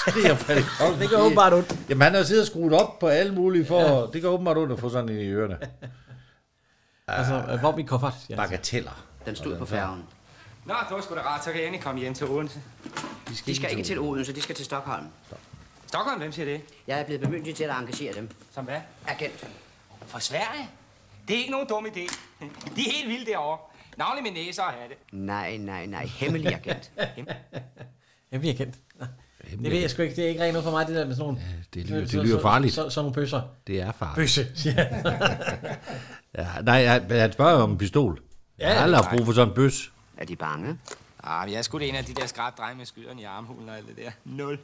skriger Frederik Holm.
Det gør åbenbart ondt.
Jamen, han har siddet og skruet op på alle mulige for... Ja. Det gør åbenbart ondt at få sådan en i ørerne.
Altså, hvor min kuffert? Ja,
Bagateller.
Den stod
Hvordan
på
så?
færgen.
Nå, det var sgu da rart, så kan jeg endelig komme hjem til Odense.
De skal, de skal ikke til Odense, de skal til Stockholm.
Stockholm, hvem siger det?
Jeg er blevet bemyndiget til at engagere dem.
Som hvad?
Agent.
Fra Sverige? Det er ikke nogen dum idé. De er helt vilde derovre. Navnlig med næser og hatte.
Nej, nej, nej. Hemmelig agent.
Ja, vi er kendt. Det ved jeg sgu ikke. Det er ikke rent noget for mig, det der med sådan nogle...
det lyder- det lyder farligt.
Så, så, sådan nogle bøsser.
Det er farligt.
Bøsse, siger han.
Ja, nej, han, han spørger om en pistol.
Ja,
Ja, jeg har aldrig
nej.
haft brug for sådan en bøs.
Er de bange?
Ah, jeg er sgu da en af de der skrab drenge med skyderne i armhulen og alt det der. Nul.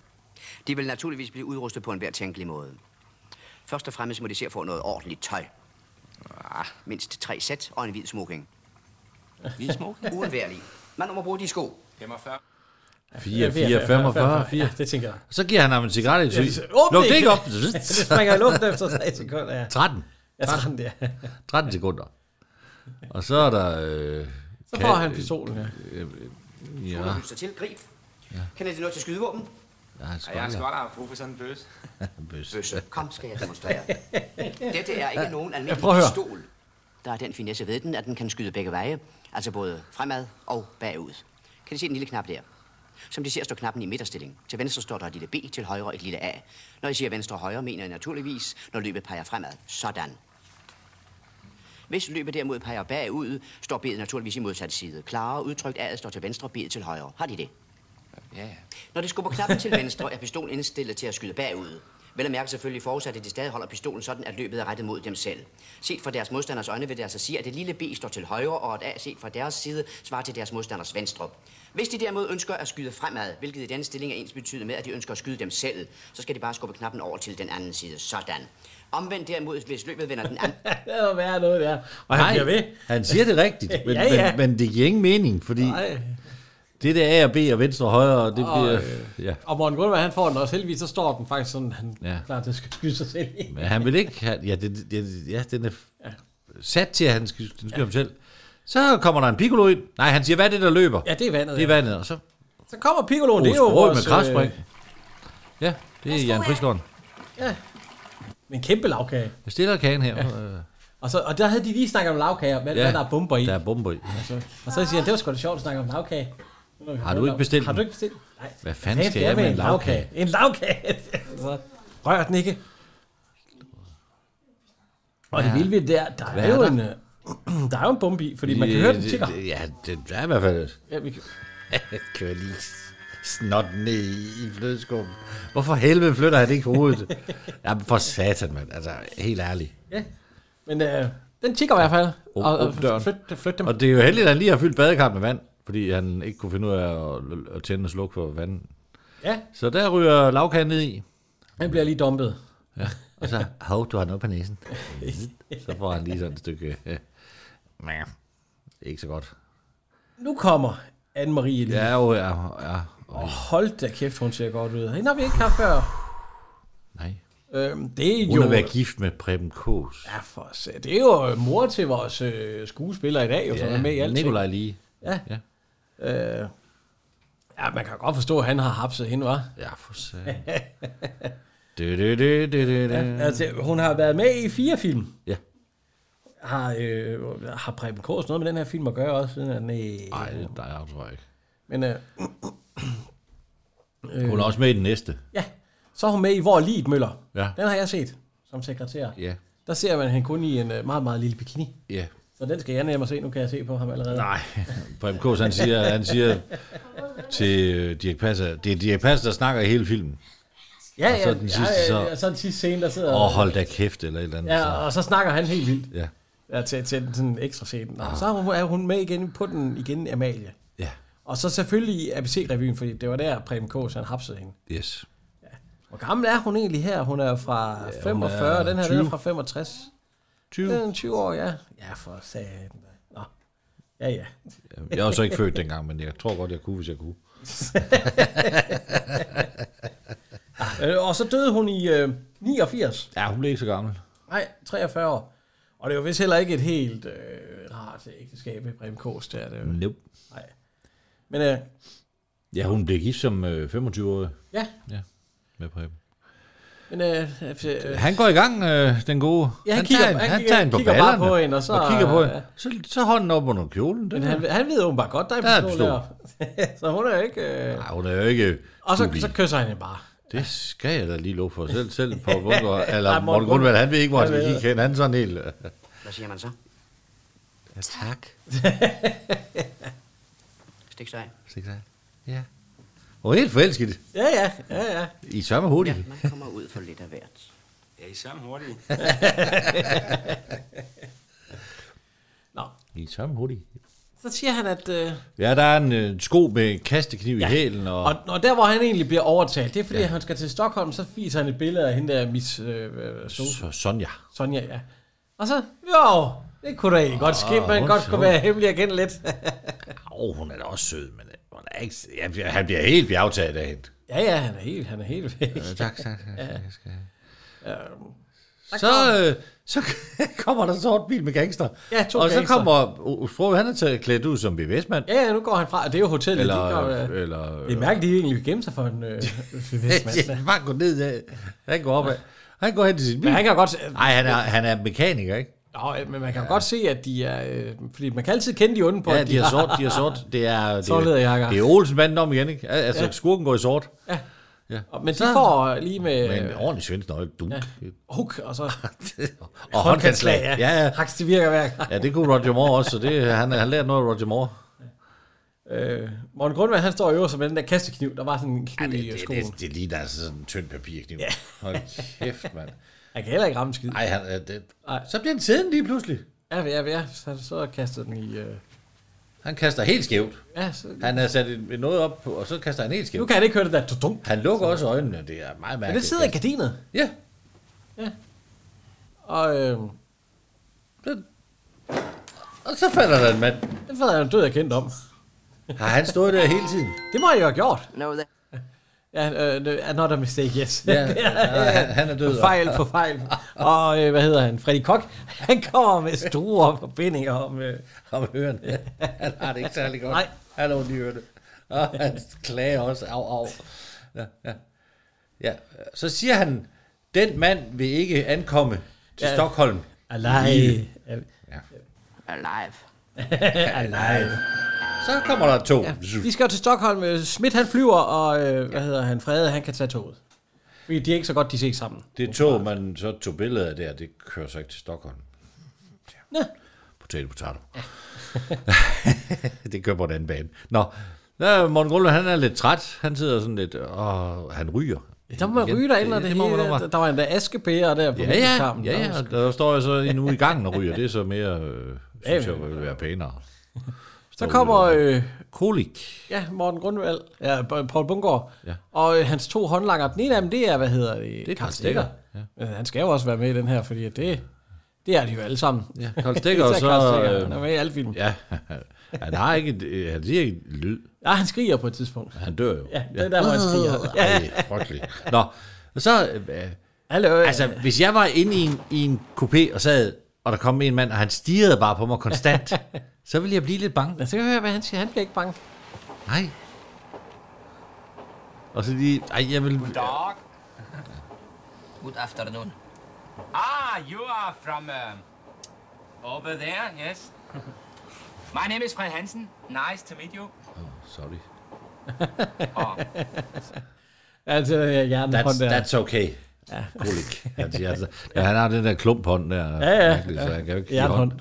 De vil naturligvis blive udrustet på enhver tænkelig måde. Først og fremmest må de se at få noget ordentligt tøj. Ah, mindst tre sæt og en hvid smoking.
Hvid smoking?
Uundværlig. Man må bruge de sko.
45.
4, 4, 45, 4.
Ja, det tænker jeg.
Så giver han ham en cigaret i
Ja,
syg.
så- Åbn
Luk det ikke op.
Ja, det springer i luften efter 3 sekunder, ja.
13.
Ja, 13, ja.
13 sekunder. Og så er der... Øh,
Så
får han pistolen, ja.
Øh, øh, ja.
Ja. sig til. Grib. Ja. Kender de noget til skydevåben?
Ja, han
Og jeg har sgu
skolder.
da haft brug for sådan en bøs.
Bøs.
Bøsse. Kom, skal jeg demonstrere. Dette er ikke nogen
Ja,
almindelig
prøv at høre.
pistol. Der er den finesse ved den, at den kan skyde begge veje. Altså både fremad og bagud. Kan de se den lille knap der? Som de ser, står knappen i midterstilling. Til venstre står der et lille B, til højre et lille A. Når jeg siger venstre og højre, mener jeg naturligvis, når løbet peger fremad. Sådan. Hvis løbet derimod peger bagud, står B'et naturligvis i modsatte side. Klare udtrykt A'et står til venstre, B'et til højre. Har de det?
Ja, ja.
Når det skubber knappen til venstre, er pistolen indstillet til at skyde bagud. Vel at mærke selvfølgelig forudsat, at de stadig holder pistolen sådan, at løbet er rettet mod dem selv. Set fra deres modstanders øjne vil det altså sige, at det lille B står til højre, og at A set fra deres side svarer til deres modstanders venstre. Hvis de derimod ønsker at skyde fremad, hvilket i denne stilling er ens betydet med, at de ønsker at skyde dem selv, så skal de bare skubbe knappen over til den anden side. Sådan. Omvendt derimod, hvis løbet vender den anden...
Det er værre noget, der. Og han bliver ved.
han siger det rigtigt, men,
Ja, ja.
Men, men det giver ingen mening, fordi
Nej.
Nej. det der A og B og venstre og højre, det
Og,
bliver...
øh,
ja.
Og Morten Grundvær, han får den også. Heldigvis, så står den faktisk sådan, han ja.
Ja.
klar til at skyde sig selv i.
Men han vil ikke... Han, ja, det, det, ja, den er sat til, at han skal, den skal ja. ham selv. Så kommer der en piccolo ind. Nej, han siger, hvad er det, der løber?
Ja, det er vandet,
Det er
ja.
vandet, og så...
Så kommer Piccoloen, det er jo
Osbrød
vores... øh,
med kraftspring. Ja, det er Jan Friskården.
ja. Med øh, en kæmpe lavkage.
Jeg stiller kagen her. øh,
Og, så, og der havde de lige snakket om lavkager, hvad, ja.
Ja.
hvad der er bomber i.
Der er bomber i.
Altså, og så siger han, det var sgu da sjovt at snakke om lavkage. Nu vi
Har du
fået
ikke bestilt
Har
den?
du ikke bestilt? Nej.
Hvad fanden skal jeg med en
En lavkage! altså, rør den ikke. Og det
Ja.
vilde ved det er, der
Hvad
er,
er
jo
der?
en, øh, der er jo en bombe i, fordi man kan høre den
Det-
tigger.
det- Ja, det der er i hvert fald...
Ja, vi kan...
Kører lige snot ned i, i flødeskummen. Hvorfor helvede flytter han ikke hovedet? Jamen for satan, mand. Altså, helt ærligt.
Ja. Men øh, den tigger i hvert fald.
Åb-
Og, og
åbn døren.
flyt, øh, flyt dem.
Og det er jo heldigt, at han lige har fyldt badekarret med vand, fordi han ikke kunne finde ud af at, at tænde og slukke for vandet.
Ja.
Så der ryger lavkagen ned i.
Han bliver lige dumpet.
Ja. Og så, hov, du har noget på næsen. Så får han lige sådan et stykke... øh, meh. Ikke så godt.
Nu kommer Anne-Marie lige.
Ja, jo, ja, ja.
Og hold da kæft, hun ser godt ud. Hende har vi ikke haft før.
Nej.
Øhm, det er
Hun
jo...
har været gift med Preben Kås.
Ja, for se. Det er jo øh, mor til vores øh, skuespiller i dag, jo, ja, som
Ja,
er med i alt.
Nikolaj lige.
Ja. ja. Øh, ja, man kan godt forstå, at han har hapset hende, var.
Ja, for satan. Du, du, du, du, du, du.
ja, altså, hun har været med i fire film.
Mm. Ja.
Har, øh, har Preben Kors noget med den her film at gøre også? Nej,
Nej, det er jeg tror jeg ikke.
Men, øh,
Hun er også med i den næste.
Ja, så er hun med i Hvor Liget Møller.
Ja.
Den har jeg set som sekretær.
Ja.
Der ser man hende kun i en øh, meget, meget lille bikini.
Ja.
Så den skal jeg nærmere se. Nu kan jeg se på ham allerede.
Nej. Preben Kås, han siger, han siger til øh, Dirk Passer, det er Dirk Passer, der snakker i hele filmen.
Ja, ja,
Og så den sidste,
ja,
så,
ja, ja, så den sidste scene, der sidder...
åh, hold da kæft, eller et eller andet.
Ja, og så snakker han helt vildt.
Ja.
Ja, til, til sådan en ekstra scene.
Ah.
Og så er hun- er hun med igen på den igen, Amalie.
Ja.
Og så selvfølgelig i ABC-revyen, fordi det var der, Preben Kås, han hapsede hende.
Yes.
Hvor gammel er hun egentlig her? Hun er fra
hun
45,
er
den her
20.
den er fra 65.
20?
Den er 20 år, ja. Ja, for satan. da. Nå. Ja, ja.
Jeg var så ikke født dengang, men jeg tror godt, jeg kunne, hvis jeg kunne.
Øh, og så døde hun i øh, 89.
Ja, hun blev ikke så gammel.
Nej, 43 år. Og det var vist heller ikke et helt øh, rart ægteskab med Preben Kås der. Det var.
Nope.
Nej. Men øh,
Ja, hun blev gift som øh, 25-årig
ja,
med Preben.
men øh, øh,
Han går i gang, øh, den gode.
Ja, han kigger-
tager en,
han
han,
kigger-
tager en på
kigger bare
ballerne
på hende, og så-
og kigger på hende.
ja.
Så, så hånden op under kjolen.
men han, han ved åbenbart godt, der er en
Der er en
pistol der. så hun er jo ikke... Øh,
Nej, hun er jo ikke...
og så,
duelig.
så kysser han hende bare.
Det skal jeg da lige love for selv. Selv på Bundgaard, eller
Nej,
Morten,
Morten
Morten Grundvald, han ved ikke, hvor han
Han
skal
ved
kigge hen. Han er sådan helt... øh,
Hvad siger man så?
Ja, tak.
Stik sig af.
Stik sig af. Ja. Hun er helt forelsket
Ja, ja, ja, ja.
i samme hurtigt.
Ja, man kommer ud for lidt af hvert.
Ja, I sammen hurtigt.
Nå,
I samme hurtigt.
så siger han, at... Øh,
Ja, der er en øh, sko med en kastekniv ja. i
Ja.
hælen,
og,
og, og
og der, hvor han egentlig bliver overtalt, det er fordi, ja. han skal til Stockholm, så viser han et billede af hende der, Miss øh, øh, Sosa.
så Sonja.
Sonja, ja. Og så, jo, det kunne da egentlig godt ske,
Åh,
man
hun-
godt skulle være hemmelig igen lidt.
Åh, hun er da også sød, men øh, hun er ikke, jeg, bliver- han bliver helt bjergtaget af hende.
ja, ja, han er helt, han er helt væk.
Ja, tak, tak. tak.
Ja.
Jeg skal...
Øhm, der
Så,
kommer-
øh, så kommer der en sort bil med gangster.
Ja, to
og så
gangster.
kommer Ufro, han er taget klædt ud som bevægsmand.
Ja, ja, nu går han fra, og det er jo hotellet.
Eller,
de går, øh,
eller,
det er mærkeligt, at de egentlig vil gemme sig for en øh,
Ja,
bevidstmand.
bare gå ned. af. Han går op ad. Han går hen til sin bil.
Men han kan godt... øh,
Nej, han er, han er mekaniker, ikke?
Nå, øh, men man kan jo godt se, at de er... Øh, fordi man kan altid kende de onde på,
Ja,
at
de er sort, de er sort. Det er, det,
Sortleder jakker.
er, det er Olsen manden om igen, ikke? Al- Altså,
Ja.
ja. skurken går i sort.
Og- Men de får lige med...
Men
øh,
en ordentlig svensk nøgle. Du. Ja.
Huk, og så...
Og håndkantslag. Ja, ja.
Haks, det virker hver gang.
ja, det kunne Roger Moore også, så det, han, han lærte noget af Roger Moore.
Øh, Morten Grundvand, han står jo så med den der kastekniv, der var sådan en kniv i øh,
Det,
skoen.
det, det ligner altså sådan en tynd papirkniv. Ja. Hold kæft, mand.
Han kan heller ikke ramme en skid.
Ej, han, er- det,
Ej.
så bliver han siden lige pludselig.
Ja, ja, ja. Så, så kastede den i... Øh,
Han kaster helt skævt.
ja, så,
Han har sat en- noget op, på, og så kaster han helt skævt.
nu kan han ikke høre det der... Tudum.
Han lukker også øjnene, det er meget
Men
mærkeligt.
det sidder i gardinet.
Ja,
Og øh,
og så falder der en mand.
det får han død erkendt om.
Har han stået der hele tiden?
Det må jeg jo have gjort.
No, that.
Ja, øh, another mistake, yes.
Ja, ja, han er død.
fejl på fejl. Og øh, hvad hedder han? Freddy Kok. Han kommer med store forbindinger om... Øh,
Om øren. Han har det ikke særlig godt.
Nej.
Han har ondt i ørerne. Og han klager også. Au, au. Ja, ja. ja, så siger han, den mand vil ikke ankomme til
Ja.
ja. Stockholm.
alive.
Alive.
alive.
Så kommer der et tog.
Ja, vi skal jo til Stockholm. Øh, Schmidt han flyver, og øh, hvad hedder han? Frede, han kan tage toget. Fordi de er ikke så godt, de ses sammen.
Det tog, man så tog billeder af der, det kører så ikke til Stockholm. Ja. Potato, potato. det kører på en anden bane. Nå, ja, Morten Grundlund, han er lidt træt. Han sidder sådan lidt, og han ryger.
Der må man
Igen.
ryge dig ind, og det,
det
det,
må
det
man nok
hele.
bare.
Der var en der askepære der på
Ja, ja,
vinkelkarmen.
ja, ja. Og Der står jeg så endnu i gangen og ryger. Det er så mere, øh, synes jeg, ville være pænere.
Så kommer øh,
Kolik.
ja, Morten Grundvald, ja, B- Paul Bungård,
Ja.
og øh, hans to håndlanger. Den ene af dem, det er, hvad hedder det? Det
er Karl Stegger.
Ja. Han skal jo også være med i den her, fordi det, det er de jo alle sammen.
Ja, Karl Stikker, og
Især Carl
så...
Stegger. Han er
Øh,
med i alle film. Ja.
ja, han har ikke, et- øh, han siger ikke et lyd.
ja, han skriger på et tidspunkt.
Han dør jo.
Ja, det er der, hvor han skriger. Ja.
Ej, frygteligt. Nå, og så... Øh,
Hallo.
altså, hvis jeg var inde i en, i en coupé og sad, og der kom en mand, og han stirrede bare på mig konstant, så ville jeg blive lidt bange.
Lad os se, hvad han siger. Han bliver ikke bange.
Nej. Og så lige... Ej, jeg vil...
Dag.
Good afternoon.
Ah, you are from um, over there, yes. My name is Fred Hansen. Nice to meet you.
Sorry.
Oh,
Altså, jeg gerne
That's,
hånd der.
that's okay. Ja. Kolik. Han, siger, altså, ja, han har den der klumphånd der.
Ja, ja.
virkelig, Så han kan jo ikke give
Jernhånd.
hånd.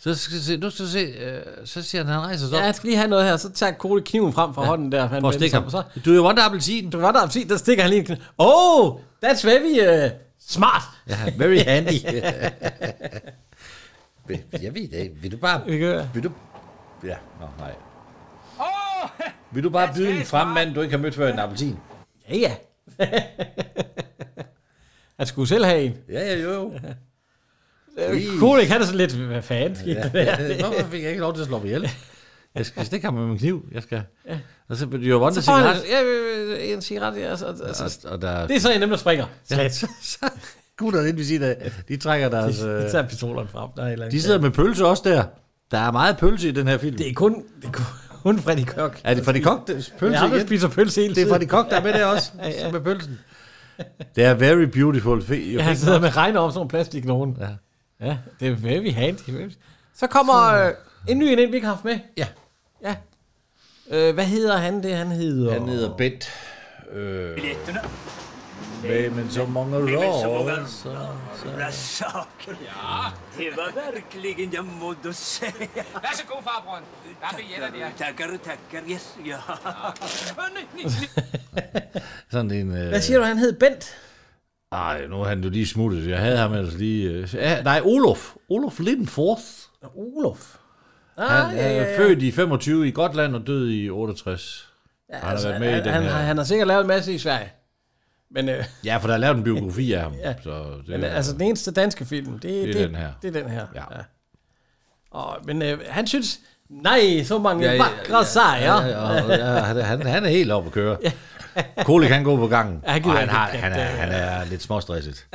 Så, skal vi se, nu skal vi se, øh, så siger han, han rejser sig
Ja,
op.
han skal lige have noget her. Så tager Kole kniven frem fra ja. hånden der. Han
for at
vender
stikke
sig om,
ham.
og Så,
Du er jo under appelsinen.
du var der, se, der stikker han lige en kniv. Oh, øh, that's very uh, smart.
Ja, very handy. Jeg ved det ikke. Vil du bare... Vil du... Ja, nå, nej. Vil du bare byde en frem mand, du ikke har mødt før en appelsin?
Ja, ja. Han skulle selv have en.
Ja, ja, jo, jo.
Øh, Kolik, han er sådan lidt, hvad fanden skete der?
Ja. Hvorfor fik jeg ikke lov til at slå mig ihjel? Jeg skal stikke ham med min kniv. Jeg skal... Ja. Og så vil du jo vondre
Så får han ja,
cigaret.
øh, øh, en cigaret, ja, så, altså,
Og, og der...
det er så en af dem, der springer.
Ja, så, så gutterne inde ved siden af, de trækker deres...
De-
øh,
de tager pistolerne frem. Der er et eller andet.
de sidder med pølse også der. Der er meget pølse i den her film.
Det er kun, det er kun- kun Freddy Kok.
Er det Freddy Koch, der pølse
Ja, han
igen?
spiser pølse hele
Det er
tiden.
Freddy Koch, der er med der også, med pølsen. Det er very beautiful. Fe-
Ja, han sidder med regner om sådan nogle plastik nogen.
Ja.
ja, det er very handy. very- Så kommer øh, en ny en ind, vi ikke har haft med.
Ja.
ja. Øh, hvad hedder han det? Han hedder...
Han hedder Bent. Øh,
Biljetterne.
med, men så mange år. Så,
Jävla saker.
Ja.
Det var verkligen, jag mådde säga.
Værsgo, farbror. Der er billetter der.
Tackar, tackar. Yes, ja.
sådan en... Øh,
Hvad siger du, han hed Bent?
Ej, nu er han jo lige smuttet. Jeg havde ham ellers lige... Øh, ja, nej, Olof. Olof Lindenforth.
Olof. Ah,
Han er født i 25 i Gotland og død i 68. Ja, han har
altså,
været med
han,
i den
han,
her.
har- han har sikkert lavet en masse i Sverige. Men, øh,
Ja, for der er lavet en biografi af ham.
Ja.
Så det,
men altså, den eneste danske film, det,
Det er den her.
Det er den her.
Ja.
Og, men øh, han synes, nej, så mange
Ja,
ja,
ja,
vakre ja, sejre.
ja, og- ja, han, han, han er helt oppe at køre. Kolik, han går på gangen,
Ja, han gider
og han,
ikke
har,
at
han,
katte
er,
af.
han er lidt småstresset.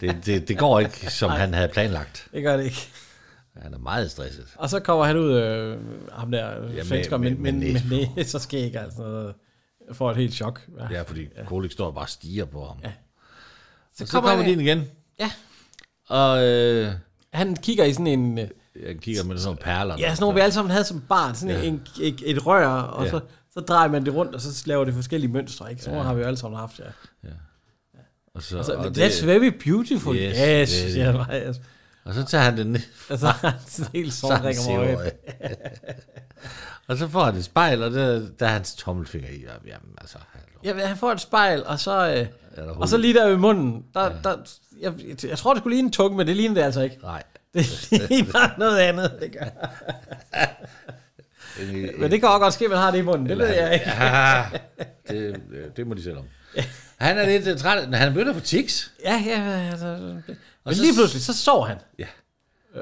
Det, det, det går ikke, som han havde planlagt.
Det gør det ikke.
Han er meget stresset.
Og så kommer han ud, øh, ham der
med-
ja, svensker,
med-
men, men,
med
men, men så sker ikke altså noget. Jeg får et helt chok. Ja.
Ja, fordi Kolik står og bare og stiger på ham. Ja. Så, så
kommer
kommer de
han-
ind igen.
Ja.
Og øh,
Han kigger i sådan en... øh,
jeg kigger med sådan nogle perler.
Ja, sådan nogle, vi alle sammen havde som barn. Sådan
Ja.
ja. en, et, et rør, og
Ja.
ja. så, så drejer man det rundt, og så laver det forskellige mønstre. Ikke? Sådan
Ja.
ja. har vi jo alle sammen haft, ja.
Og så,
Og så,
og
og That's very beautiful. Yes, yes,
det er
yes.
det.
Ja, yes. Altså,
Og så tager han den ned.
Og så har han sådan en hel
Så er han
sovring om øjet.
syvårig. og så får han et spejl, og der, der er hans tommelfinger i. Og Jamen, altså, hallo.
Ja, men han får et spejl, og så,
Er
øh,
der hul
og så
i?
lige der i munden. Der, ja. der, jeg, jeg, jeg tror, det skulle ligne en tunge, men det ligner det altså ikke.
Nej.
Det ligner noget andet, det gør.
En-
Men det kan også godt ske, at man har det i munden. Det ved jeg ikke.
Ja, det, øh, det må de selv om. Han er lidt øh, træt. men Han er begyndt at få tics.
Ja, ja. Altså, men
så-
lige pludselig, så sover han.
Ja.
Øh,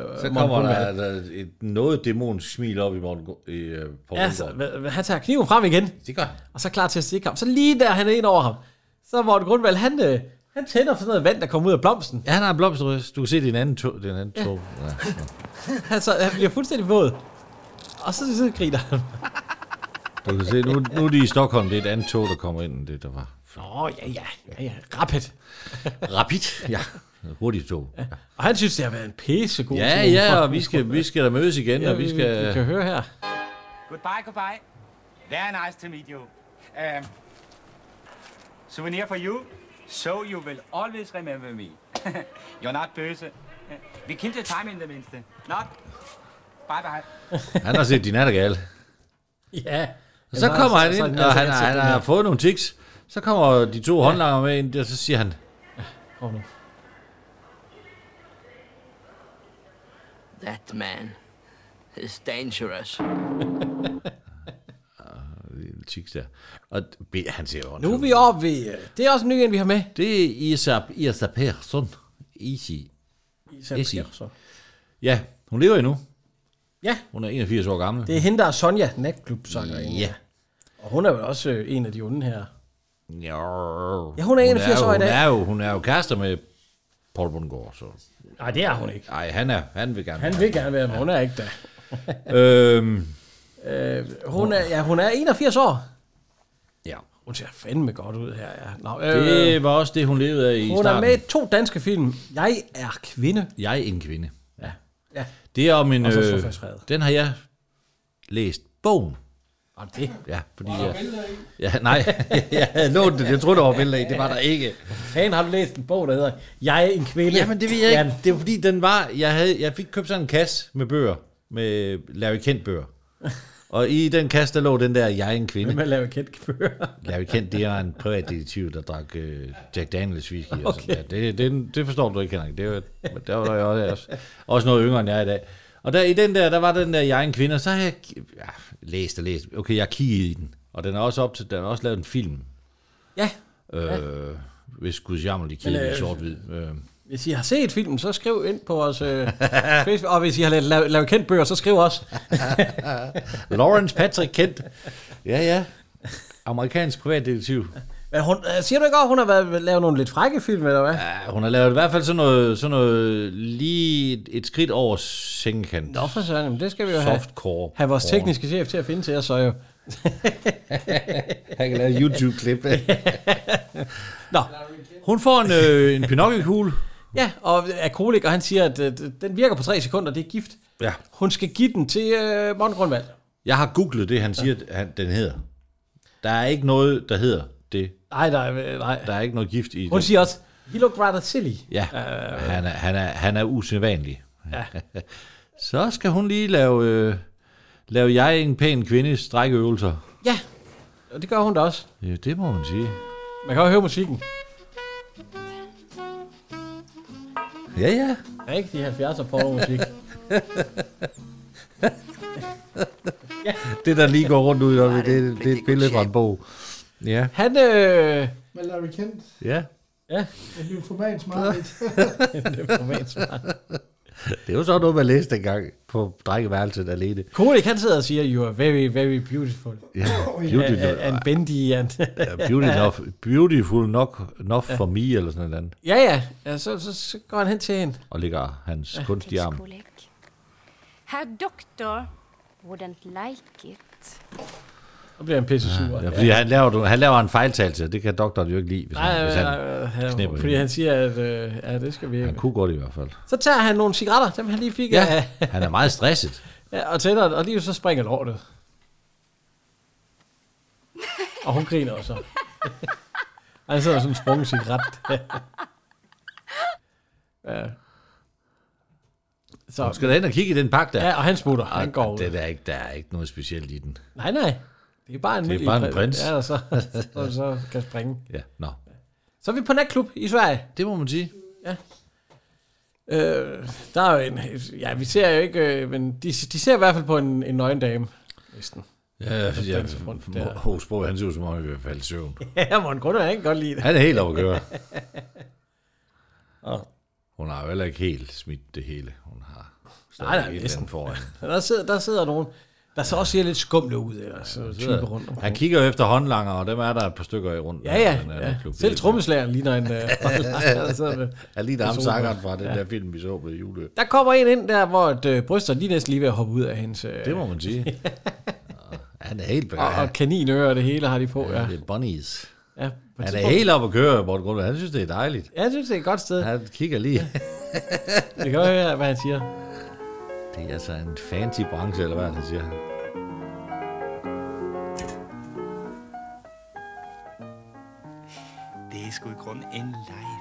Så
Morten
kommer
Grundvald.
der, der et noget dæmonsk smil op i morgen. I, øh, på
Ja, så, hva- han tager kniven frem igen.
Det gør han.
Og så er klar til at stikke ham. Så lige der, han er ind over ham. Så er Morten Grundvald, han, øh, han tænder for sådan noget vand, der kommer ud af blomsten.
Ja, han har en blomsterøs. Du kan se din anden tog. Den anden tog. Ja.
Altså, han bliver fuldstændig våd. Og så, så griner han.
Du kan se, nu, nu er de i Stockholm. Det er et andet tog, der kommer ind end det, der var.
Nå, ja, ja, ja, ja. Rapid.
Rapid. Ja, hurtigt tog. Ja,
Og han synes, det har været en pissegod
ja,
tur.
ja og vi skal, vi skal da mødes igen,
Ja,
og vi skal...
Vi kan høre her.
Goodbye, goodbye. Very nice to meet you. Um, souvenir for you, so you will always remember me. You're not bøse. We killed the time in the minste. Not. Bye bye.
Han har set din nattergal.
Ja.
Og så kommer han ind, og han, han har fået nogle tics. Så kommer de to ja. håndlanger med ind, og så siger han,
Kom nu.
That man is dangerous.
"Lille tics der. Og B- han siger jo,
Nu er vi oppe ved... øh, Det er også en ny en, vi har med.
det er Isa, Isa Persson. Easy. Easy. Ja, hun lever endnu.
Ja.
Hun er 81 år gammel.
Det er hende, der er Sonja, natklubsangerinde.
Ja.
Og hun er jo også øh, en af de onde her.
Ja,
Ja, hun er 81
jo-
år i dag.
Hun er jo, hun er jo kærester med Paul Bundgaard, så...
Nej, det er hun ikke.
Nej, han er, han vil gerne.
Han vil gerne være, men hun er ikke der.
Øhm,
Øh, hun, er, ja, hun er 81 år.
ja.
Hun ser fandme godt ud her, ja. Nå, øh,
Det var også det, hun levede af i
hun
starten.
er med i to danske film. Jeg er kvinde.
Jeg er en kvinde.
Ja. ja.
Det er om en...
Og så
Øh,
Sofa-skrevet.
den har jeg læst bogen.
Og det.
Ja, fordi jeg... Ja, nej, jeg havde lånt det. Jeg troede, der var billeder i. Det var der ikke.
Fanden har du læst en bog, der hedder Jeg er en kvinde.
Jamen, det ved jeg ikke.
Ja,
Det var fordi, den var... Jeg, havde, jeg fik købt sådan en kasse med bøger. Med Larry Kent bøger. Og i den kasse, der lå den der, jeg er en kvinde.
Hvem er Larry Kent fører?
Larry Kent, det er en privatdetektiv, der drak øh, Jack Daniels whisky. Okay. Og
Okay.
sådan. Ja, det, det, det, forstår du ikke, Henrik. Det var, der var jeg også, også noget yngre, end jeg er i dag. Og der, i den der, der var den der, jeg er en kvinde, og så har jeg ja, læst og læst. Okay, jeg har kigget i den. Og den er også op til, den er også lavet en film.
Ja.
Øh, ja. Hvis Gud jammerlig
Men,
kigger
øh,
i sort-hvid. Øh.
Hvis I har set filmen, så skriv ind på vores øh, Facebook. Og hvis I har lavet, lavet, lavet kendt bøger, så skriv også.
Lawrence Patrick Kent. Ja, ja. Amerikansk privatdetektiv.
Men hun, øh, siger du ikke også, hun har været, lavet nogle lidt frække film, eller hvad?
Ja, Hun har lavet i hvert fald sådan noget, sådan noget lige et, et skridt over sengekant.
Nå, for søren, jamen, det skal vi jo have,
Softcore.
have vores
porn.
tekniske chef til at finde til os, så jo.
Han kan lave et YouTube-klip. Nå, hun får en, øh, en Pinocchio-kugle.
Ja, og er kolik, og han siger, at øh, den virker på tre sekunder, det er gift.
Ja.
Hun skal give den til øh, Morten Grundvald.
Jeg har googlet det, han siger, at han, den hedder. Der er ikke noget, der hedder det.
Nej, nej, nej.
Der er ikke noget gift i
Hun
det.
siger også, he looked rather silly.
Ja,
Øh.
han, er, han, er, han er usædvanlig.
Ja.
Så skal hun lige lave, øh, lave jeg en pæn kvinde strækøvelser.
Ja, og det gør hun da også.
Ja, det må man sige.
Man kan også høre musikken.
Ja, ja.
Ja, ikke de 70'er porno musik.
Det, der lige går rundt ud, det, det, det er et billede fra en bog. Ja.
Han, øh...
Med Larry Kent.
Ja.
Ja.
En ny format smart.
Det er jo så noget, man læste engang på drengeværelset alene.
Kolik, han sidder og siger, you are very, very beautiful.
Ja, beauty-
And- And bendy, and...
Beauty enough, beautiful nok, nok for me, eller sådan noget andet.
Ja, ja. ja så, så, så går han hen til hende.
Og ligger hans kunstige arm.
Kolek. Herr Doktor wouldn't like it.
Så bliver han pisse sur.
Ja, fordi han laver, han laver en fejltagelse, det kan doktoren jo ikke lide, hvis
Nej,
han, hvis
nej, nej,
han
nej,
knipper
nej, fordi han siger, at øh, ja, det skal vi
Han
ikke.
kunne godt i hvert fald.
Så tager han nogle cigaretter, dem han lige fik
Ja,
af,
han er meget stresset.
ja, og tænder, den, og lige så springer lortet. Og hun griner også. Og han sidder med sådan en sprunget cigaret. ja. Så,
Hun skal da hen og kigge i den pakke der.
Ja, og han smutter. Han
Ej,
går ud.
det er der, ikke, der er ikke noget specielt i den.
Nej, nej. Det er bare en,
Det er
almindelig
bare en
præ-
prins.
Ja, og så, så, så kan springe.
Ja, nå.
Så er vi på natklub i Sverige.
Det må man sige.
Ja. Øh, der er jo en... Ja, vi ser jo ikke... øh, Men de, de ser i hvert fald på en, en nøgen dame. Næsten.
Ja,
Der
ja,
danser rundt Altså, der.
Hosbro, han ser ud som om, han vil falde i søvn.
Ja, Morten Grunde, han kan godt lide det.
Han er helt oppe at køre.
Og-
Hun har jo heller ikke helt smidt det hele. Hun har
Nej, nej,
stadig et eller
næsten.
andet foran.
der, sidder, der sidder nogen, der så også ser lidt skumle ud. Eller, så, ja, type rundt omkring.
Han kigger jo efter håndlanger, og dem er der et par stykker i rundt.
Ja, ja. ja. Selv trommeslageren ligner en... Øh, der sidder med-
Jeg ligner ham
med
sangeren
solbriller.
fra den
Ja.
der film, vi så på jule.
Der kommer en ind der, hvor et, øh, bryster lige næsten lige ved at hoppe ud af hendes... Øh,
Det må man sige. Han er helt
og, og kaninører og det hele har de på, ja.
Det er bunnies.
Ja, på et
Han er
tidspunkt-
helt oppe at køre, Morten Grundvær. Han synes, det er dejligt.
Ja, jeg synes, det er et godt sted.
Han kigger lige.
Vi kan godt høre, hvad han siger.
Det er altså en fancy branche, eller hvad han siger.
Det er sgu i grunden en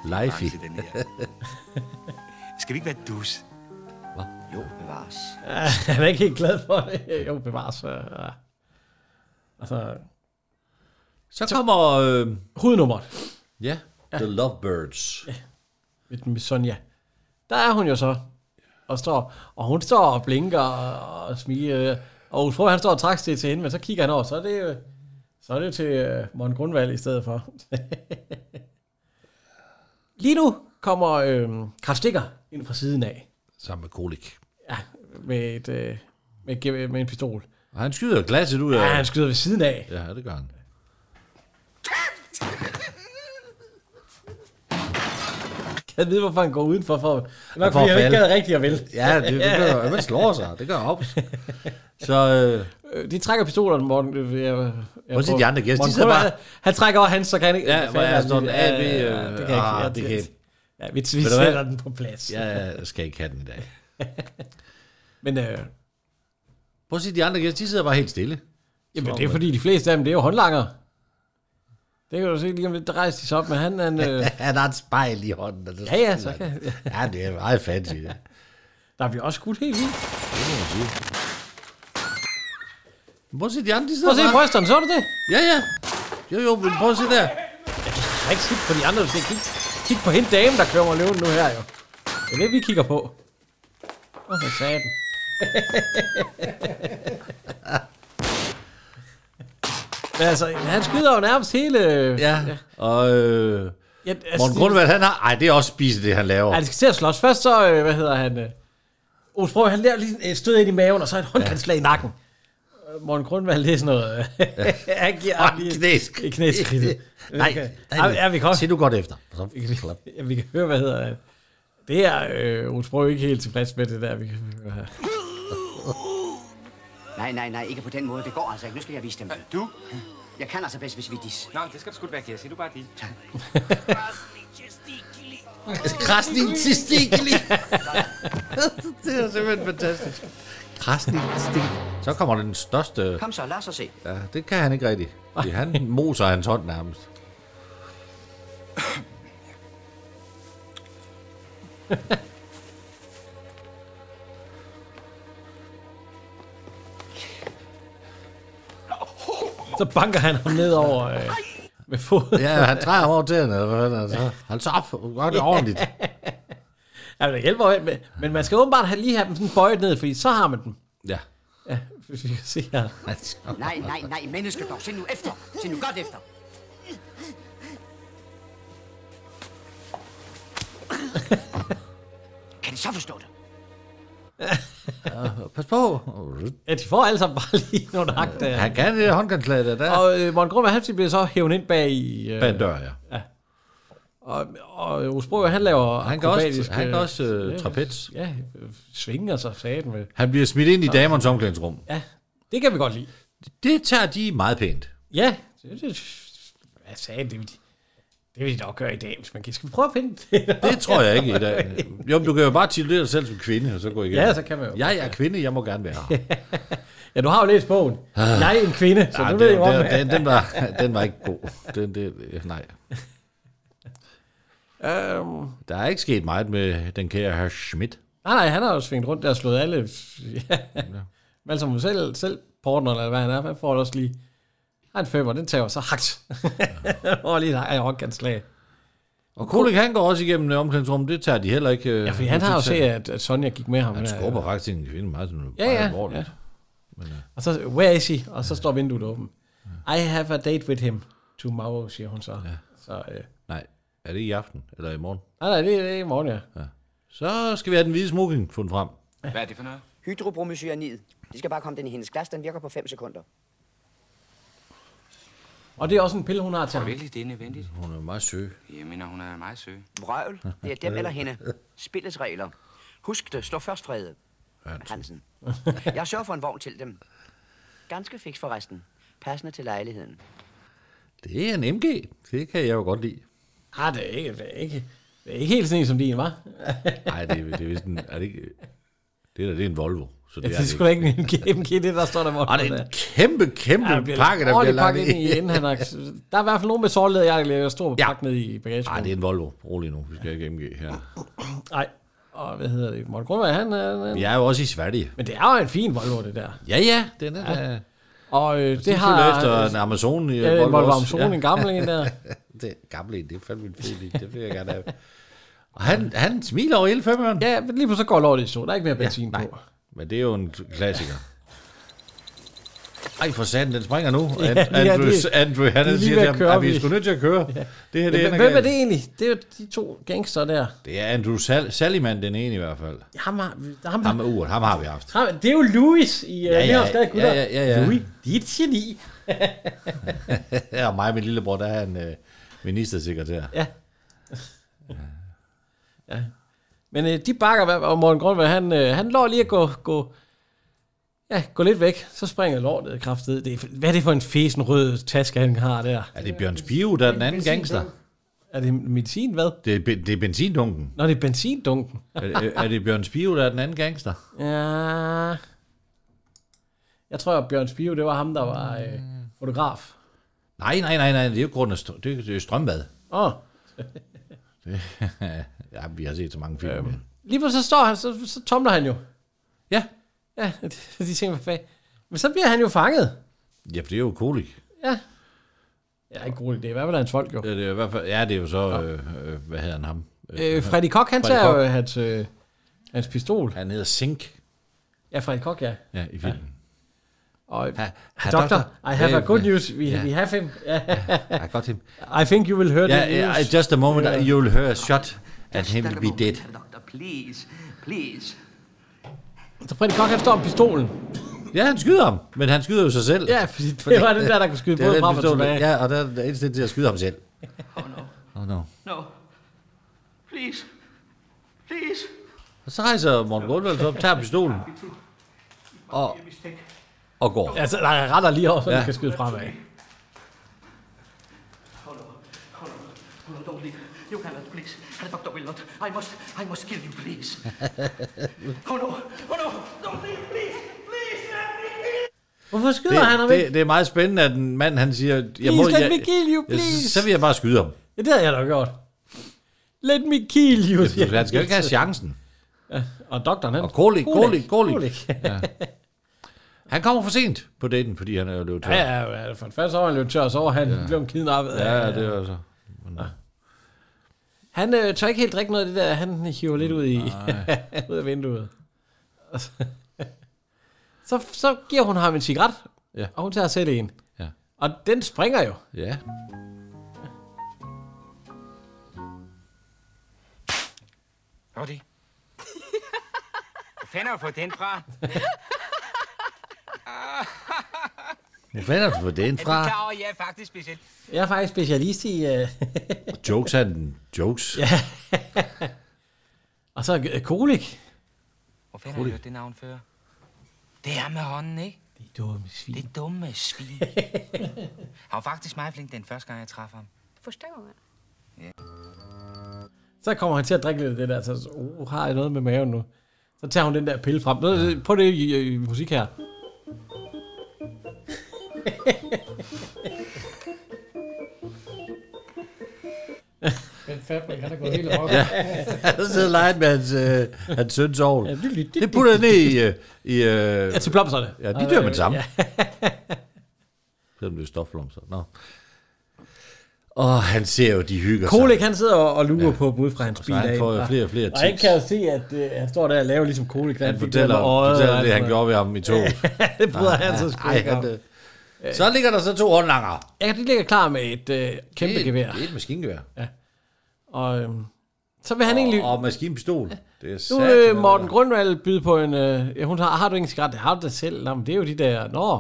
life.
Lifey.
den her. Skal vi ikke være dus?
Hvad?
Jo, bevares.
Ja, han er ikke helt glad for det. Jo, bevares. øh, Ja. Altså,
Så kommer... Øh,
hovednummeret.
ja, The Lovebirds.
Med den med Sonja. Der er hun jo så. Og, står, og hun står og blinker og, og smiger. Og Ulf Frø, han står og trækker det til hende, men så kigger han over, så er det jo, så er det jo til øh, Morten Grundvald i stedet for. Lige nu kommer øh, Karl Stikker ind fra siden af.
Sammen med Kolik.
Ja, med, et, øh, med, et ge- med en pistol.
Og han skyder glasset ud af...
Ja, han skyder ved siden af.
Ja, det gør han.
Kan jeg vide, hvorfor han går udenfor? For, det er nok,
For
fordi
at
han ikke
falde.
gad rigtigt at vælge.
Ja, det, det gør, man slår sig. Det gør hops. Så øh,
Øh, De trækker pistolerne, Morten. øh, Jeg, jeg,
Prøv at se de andre gæster, de
Morten
sidder
Krøyer,
bare-
han- Han trækker over hans, så kan han ikke...
ja, hvor er
fanden,
sådan
han-
A, B...
ja,
Øh,
ja, Det kan jeg ikke.
ah,
ja,
det kan ikke.
Ja, vi, vi
Ved du hvad?
sætter den på plads.
Ja, jeg skal ikke have den i dag.
Men øh,
Prøv at se, de andre gæster, de sidder bare helt stille.
jamen, det er fordi, de fleste af dem, det er jo håndlanger. Det kan du se lige om lidt, der rejser de sig op, men han... han øh,
Ja, der er et spejl i hånden. Og det
ja, ja, så kan...
ja, det er meget fancy. Det.
Der bliver også skudt helt vildt.
Det må man sige. Prøv at se de andre, de
Prøv at se
bare-
brysterne, så du det?
Ja, ja. Jo, jo, men prøv at se der.
Jeg kan ikke kigge på de andre, du skal kigge, kigge på hende dame, der kører løven nu her jo. Det er det, vi kigger på. Åh, hvad sagde den? Men altså, han skyder jo nærmest hele...
Ja, og øh,
Ja,
altså, Morten Grundvald, han har... Ej, det er også spise, det han laver.
Ja, det skal til at slås. Først så, øh, hvad hedder han... Øh, Ole Sprog, han lærer lige et stød ind i maven, og så et håndkantslag i nakken. Øh, Morten Grundvald, det er sådan noget... Øh, han giver ham lige
knæsk.
Et knæsk. i det.
Nej,
Okay.
nej, nej.
Ja, vi kan også-
Se nu godt efter. Så, klap.
Ja, vi kan høre, hvad hedder han. Det er øh, Ole Sprog ikke helt tilfreds med, det der, vi kan høre her.
Nej, nej, nej, ikke på den måde. Det går altså ikke. Nu skal jeg vise dem. Du? Jeg kan altså bedst, hvis vi dis.
Nå, men det skal du sgu da være, kan jeg sige. Du bare dit.
Krasnik testikli.
det er simpelthen fantastisk.
Krasnik testikli. Så kommer den største...
Kom så, lad os så se.
Ja, det kan han ikke rigtigt. Fordi han moser hans hånd nærmest.
Så banker han ham ned over øh, med foden.
Ja, han drejer ham over til hende. Eller hvad, altså. Hold så op, gør det ordentligt.
Ja, men det hjælper jo, men, men man skal åbenbart have, lige have dem sådan bøjet ned, fordi så har man dem.
Ja.
Ja, hvis vi kan se her.
Nej, nej, nej, menneske dog. Se nu efter. Se nu godt efter. Kan de så forstå det?
Ja, pas på.
Ja, de får alle sammen bare lige nogle hak der.
Han kan det der håndkantslag der. der.
Og øh, Morten Grummer, han bliver så hævet ind bag i... Øh,
Bag en dør, ja.
ja. Og, og Osbro, han laver
Han kan også-
akrobatiske-
han kan også, øh, trapez.
Ja, øh, svinger sig saten med.
Han bliver smidt ind i damernes omklædningsrum.
Ja, det kan vi godt lide.
Det tager de meget pænt.
Ja, det, det, hvad sagde det, vil de, det vil de nok gøre i dag, hvis man kan. Skal vi prøve at finde det?
Det tror jeg ikke i dag. Jo, men du kan jo bare titulere dig selv som kvinde, og så gå igen.
Ja, så kan man jo.
Jeg er kvinde, jeg må gerne være her.
Ja, du har jo læst bogen. Jeg er en kvinde, så
Ah,
nu
det-
ved jeg,
det-
hvor
den, den, var, den var ikke god. Den, det, nej.
Øhm,
Der er ikke sket meget med den kære herr Schmidt.
nej, nej, han har jo svinget rundt der og slået alle. Ja. Men som selv, selv partner, eller hvad han er, han får det også lige. Han femmer, den tager så hakt.
Ah.
og lige der er håndkantslag.
Og Kolik, han går også igennem øh, omklædningsrummet. Det tager de heller ikke. øh,
Ja, fordi han har jo set, at, at Sonja gik med ham.
Han
der.
skubber faktisk en kvinde meget, sådan
Ja,
meget
ja,
alvorligt. øh.
ja. Og så, where is he? Og så står vinduet åbent. I have a date with him tomorrow, siger hun så. Ja. så øh,
Nej, er det i aften eller i morgen?
nej, nej, det, det er i morgen, ja.
Så skal vi have den hvide smoking fundet frem.
Hvad er det for noget?
Hydrobromocyanid. De skal bare komme den i hendes glas. Den virker på 5 sekunder.
Og det er også en pille, hun har til
Tror du
ham.
virkelig, det er nødvendigt?
Hun er meget sød.
Jeg mener, hun er meget sød.
Vrøvl. Det er dem eller hende. Spillets regler. Husk det. Slå først frede. Hansen. Jeg sørger for en vogn til dem. Ganske fix forresten. Passende til lejligheden.
Det er en MG. Det kan jeg jo godt lide.
Ah, det er ikke, det er ikke, det er ikke helt sådan en som din, var.
Nej, det, er- det er vist en... Er det ikke... Det der, det er en Volvo. Så
Ja, det
er
er sgu da ikke en GMG, det der står der
Og
morgen.
det er en kæmpe, kæmpe pakke, der bliver lagt
ind i. Inden han har, der er i hvert fald nogen med sårled, jeg laver stor ja. pakke ned i
Nej,
bagagerummet.
det er en Volvo. Rolig nu. Vi skal ikke MG her.
Nej, og hvad hedder det? Morten Grundvær, han, han, han
Vi er jo også i Sverige.
Men det er jo en fin Volvo, det der.
Ja, ja. Den er
Ja.
ja.
Og øh,
De
det har...
følger efter en Amazon i
ja, en Volvo
også.
Amazon, ja. en gammel en der.
det er gamle en, det er fandme en fed en. Det vil jeg gerne have. Og han, han smiler over hele femmeren.
Ja, men lige pludselig så går lortet i så. Der er ikke mere benzin ja,
nej.
på.
Men det er jo en klassiker. Ej, for sanden, den springer nu.
Ja,
And,
det er
Andrew,
det.
Andrew,
De er
han
lige
siger
ved
til
at
ham,
køre,
at vi er
vi-
sgu nødt til at køre. Det her, det
Men,
ender
hvem er
galt.
det egentlig? Det er jo de to gangster der.
Det er Andrew Sal- Sallyman, den ene i hvert fald.
Ham, har, ham,
Ham med uret, ham har vi haft.
ham, det er jo Louis i uh,
Ja, ja,
Lehavsgade Gutter.
ja, ja, ja, ja.
Louis, dit geni.
Ja, og mig og min lillebror, der er en øh, ministersekretær.
Ja. ja. Men øh, de bakker, hver- og Morten Grundvær, han, øh, han lå lige at gå, gå, ja, gå lidt væk. Så springer lortet kraftedet. Det er, hvad er det for en fesen rød taske, han har der?
Er det Bjørn Spio, der er den anden gangster?
Er det medicin, hvad?
Det er, be- det er benzindunken.
Nå, det er benzindunken.
Er, er- er det Bjørn Spio, der er den anden gangster?
Ja. Jeg tror, at Bjørn Spio, det var ham, der var øh, fotograf.
Nej, nej, nej, nej, det er jo grund af str- det er, det er strømbad.
Åh. Oh.
Det, ja, vi har set så mange film. Øhm.
Lige pludselig så står han, så, så tomler han jo.
Ja.
Ja, de, de tænker, hvad fanden. Men så bliver han jo fanget.
Ja, for det er jo kolik.
Ja. Ja, ikke roligt. Det er i hvert fald hans folk, jo.
Ja, det er, i hvert fald, ja, det er jo så, øh, øh, hvad hedder han ham?
Øh, Freddy Kok, han
Freddy
tager jo
Koch.
hans, øh, hans pistol.
Han hedder Sink.
Ja, Freddy Kok, ja.
Ja, i filmen.
Og,
ha,
Doctor, I have a good news. We, we have him.
I got him.
I think you will hear
yeah,
the
yeah,
news.
Just a moment,
Yeah.
you will hear a shot and him will be dead.
Doctor, please, please.
Så Freddy Kok, han står med pistolen.
Ja, han skyder ham, men han skyder jo sig selv.
Ja, fordi det var den der, der kunne skyde
det er
både
den
frem og
pistol, der-
tilbage.
Ja, og der er der instinkt til at skyde ham selv. Oh no.
No. Please. Please.
Og så rejser Morten Goldwald sig op, tager pistolen og, og går.
Altså, der er retter lige over, så
Ja.
ja. kan skyde fremad.
No, don't leave. You cannot, please. The doctor will not. I must, I must kill you, please. Oh no, oh no, don't leave, please, please, let me in.
Hvorfor skyder
det,
han ham
det,
ikke?
det er meget spændende, at en mand han siger...
Please let me kill you,
jeg-
please.
så vil jeg bare skyde ham.
Ja, det havde jeg da gjort. Let me kill you.
Ja, han skal jo ikke have chancen.
Ja, og doktoren, han...
Og Kolik, Kolik, Kolik.
Ja.
Ja. Han kommer for sent på daten, fordi han er jo løbet tør.
Ja, ja, ja, for det første år, han løb tør, og så var han ja. blev kidnappet.
Ja, ja, det er altså... Men,
Han øh, tør ikke helt drikke noget af det der, han hiver lidt ud, i,
Nej.
ud af vinduet. Og så- så, så giver hun ham en cigaret,
Ja.
og hun tager selv en.
Ja.
Og den springer jo.
ja.
Hvad var det? Hvor fanden har du fået den fra?
Hvor fanden har du fået den
Er du
fra?
klar over, at jeg er faktisk speciel?
Jeg er faktisk specialist i... Øh,
Jokes er den. Jokes.
ja. og så øh, kolik.
Hvor fanden har du hørt det navn før? Det er ham med hånden, ikke?
Det dumme svin.
Det dumme svin. han var faktisk meget flink den første gang, jeg træffede ham.
Första gången.
Så kommer han til at drikke lidt af det der, så oh, har jeg noget med maven nu. Så tager hun den der pille frem. Nå, Prøv det i, i, i musik her.
Ben Fabrik, han er gået hele op.
Ja, han sidder leget med hans, øh, hans søns ovl.
Ja,
Det putter han ned i... Øh, i øh,
Ja, til blomsterne.
Ja, de dør med det samme.
Ja.
Selvom det er stofblomster. Nå. Og han ser jo, de hygger sig.
Kolik, han sidder og, og lurer ja. på dem ud fra hans
Og så
bil.
han får jo
af.
flere og flere
Og han
tips.
kan jo se, at øh, han står der og laver ligesom Kolik. da
Han
fik det
fortæller,
der med øjet
fortæller
og
det,
alt
han
sådan noget.
gjorde ved ham i toget.
det bryder han så sgu
Ej,
ikke om.
han, øh, Så ligger der så to håndlanger.
Ja, de ligger klar med et øh, kæmpe
Det er-
gevær.
Det er et maskingevær.
Og øhm, så vil han egentlig...
Og, og maskinpistol. Det er
Nu
sat.
vil Morten Grundvald byde på en... Øh, ja, hun har, har du ingen cigaret? Det har du da selv. Nå, men det er jo de der... Nå.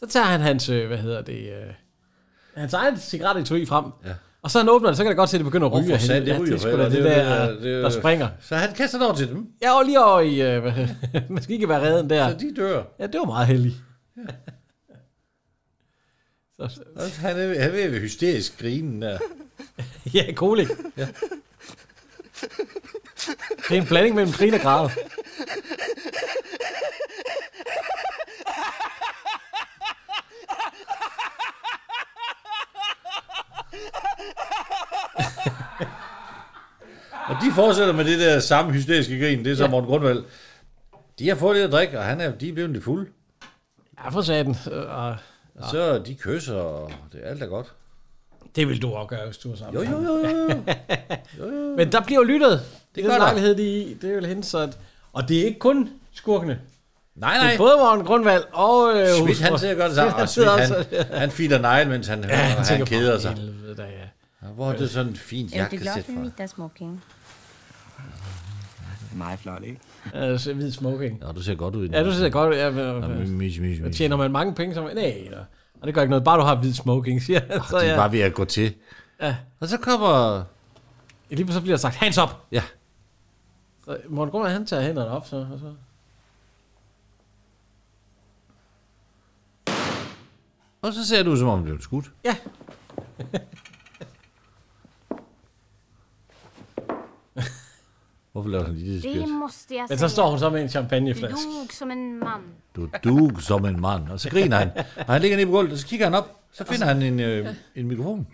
Så tager han hans... Øh, hvad hedder det? Øh, hans egen cigarettetui frem.
Ja.
Og så han åbner det, så kan det godt se, at det begynder at ryge. af
Hvorfor sagde
helvede.
det ryger?
Ja, det er sgu
for
da
ellers
det,
er jo
der, øh,
det er jo-
der springer.
Så han kaster det over til dem.
Ja, og lige over i... Øh, hvad hedder- man skal ikke være redden der.
Så de dør.
Ja, det var meget heldigt. Ja. så,
Og Altså, Han er, han er ved at være hysterisk grinen der.
ja, kolik. Ja. Det er en blanding mellem grin og græde.
Og de fortsætter med det der samme hysteriske grin. Det er så Morten Grundvald. De har fået lidt at drikke, og han er, de er blevet lidt fulde.
Ja, for satan. Øh, og-
Og så de kysser, og det er alt er godt.
Det vil du også gøre, hvis du er sammen. med
Jo, jo,
ham.
jo, jo. jo.
Men der bliver jo lyttet. Det,
gør
er den
der.
lejlighed, de er i. Det er jo hende, så at... Og det er ikke kun skurkene.
Nej,
Det
nej.
er både Morten Grundvald og... Øh,
Schmidt,
hustru.
han sidder og gør det samme. Og
Han
Schmidt,
sidder også...
han, han filer negl, mens han, ja, han, han
tænker,
keder
for
sig.
helvede da, ja.
Ja, Hvor er det sådan en fin jakkesæt fra?
middagssmoking?
Meget flot, ikke?
Altså, hvid smoking.
Ja, du ser godt ud i den.
Ja, du sidder godt... Ja, men,
Nå, mis, mis, mis,
men,
mis.
tjener man mange penge, så er man... Nej, da. og det gør ikke noget. Bare du har hvid smoking, siger han. Så,
De
ja.
er bare ved at gå til.
ja.
Og så kommer...
Lige pludselig bliver der sagt, hands up!
Ja.
Så Morten Grundvald, han tager hænderne op, så... Og så.
Og så ser du ud, som om du blev skudt.
Ja.
Hvorfor laver han lige det
Det
spil?
måste jag
Men
säga.
så står hun så med en
Du
champagneflaske.
dog som en man.
Du dug som en mand. Og så griner han. Og han ligger nede på gulvet, og så kigger han op. Så finder han en, øh, en mikrofon.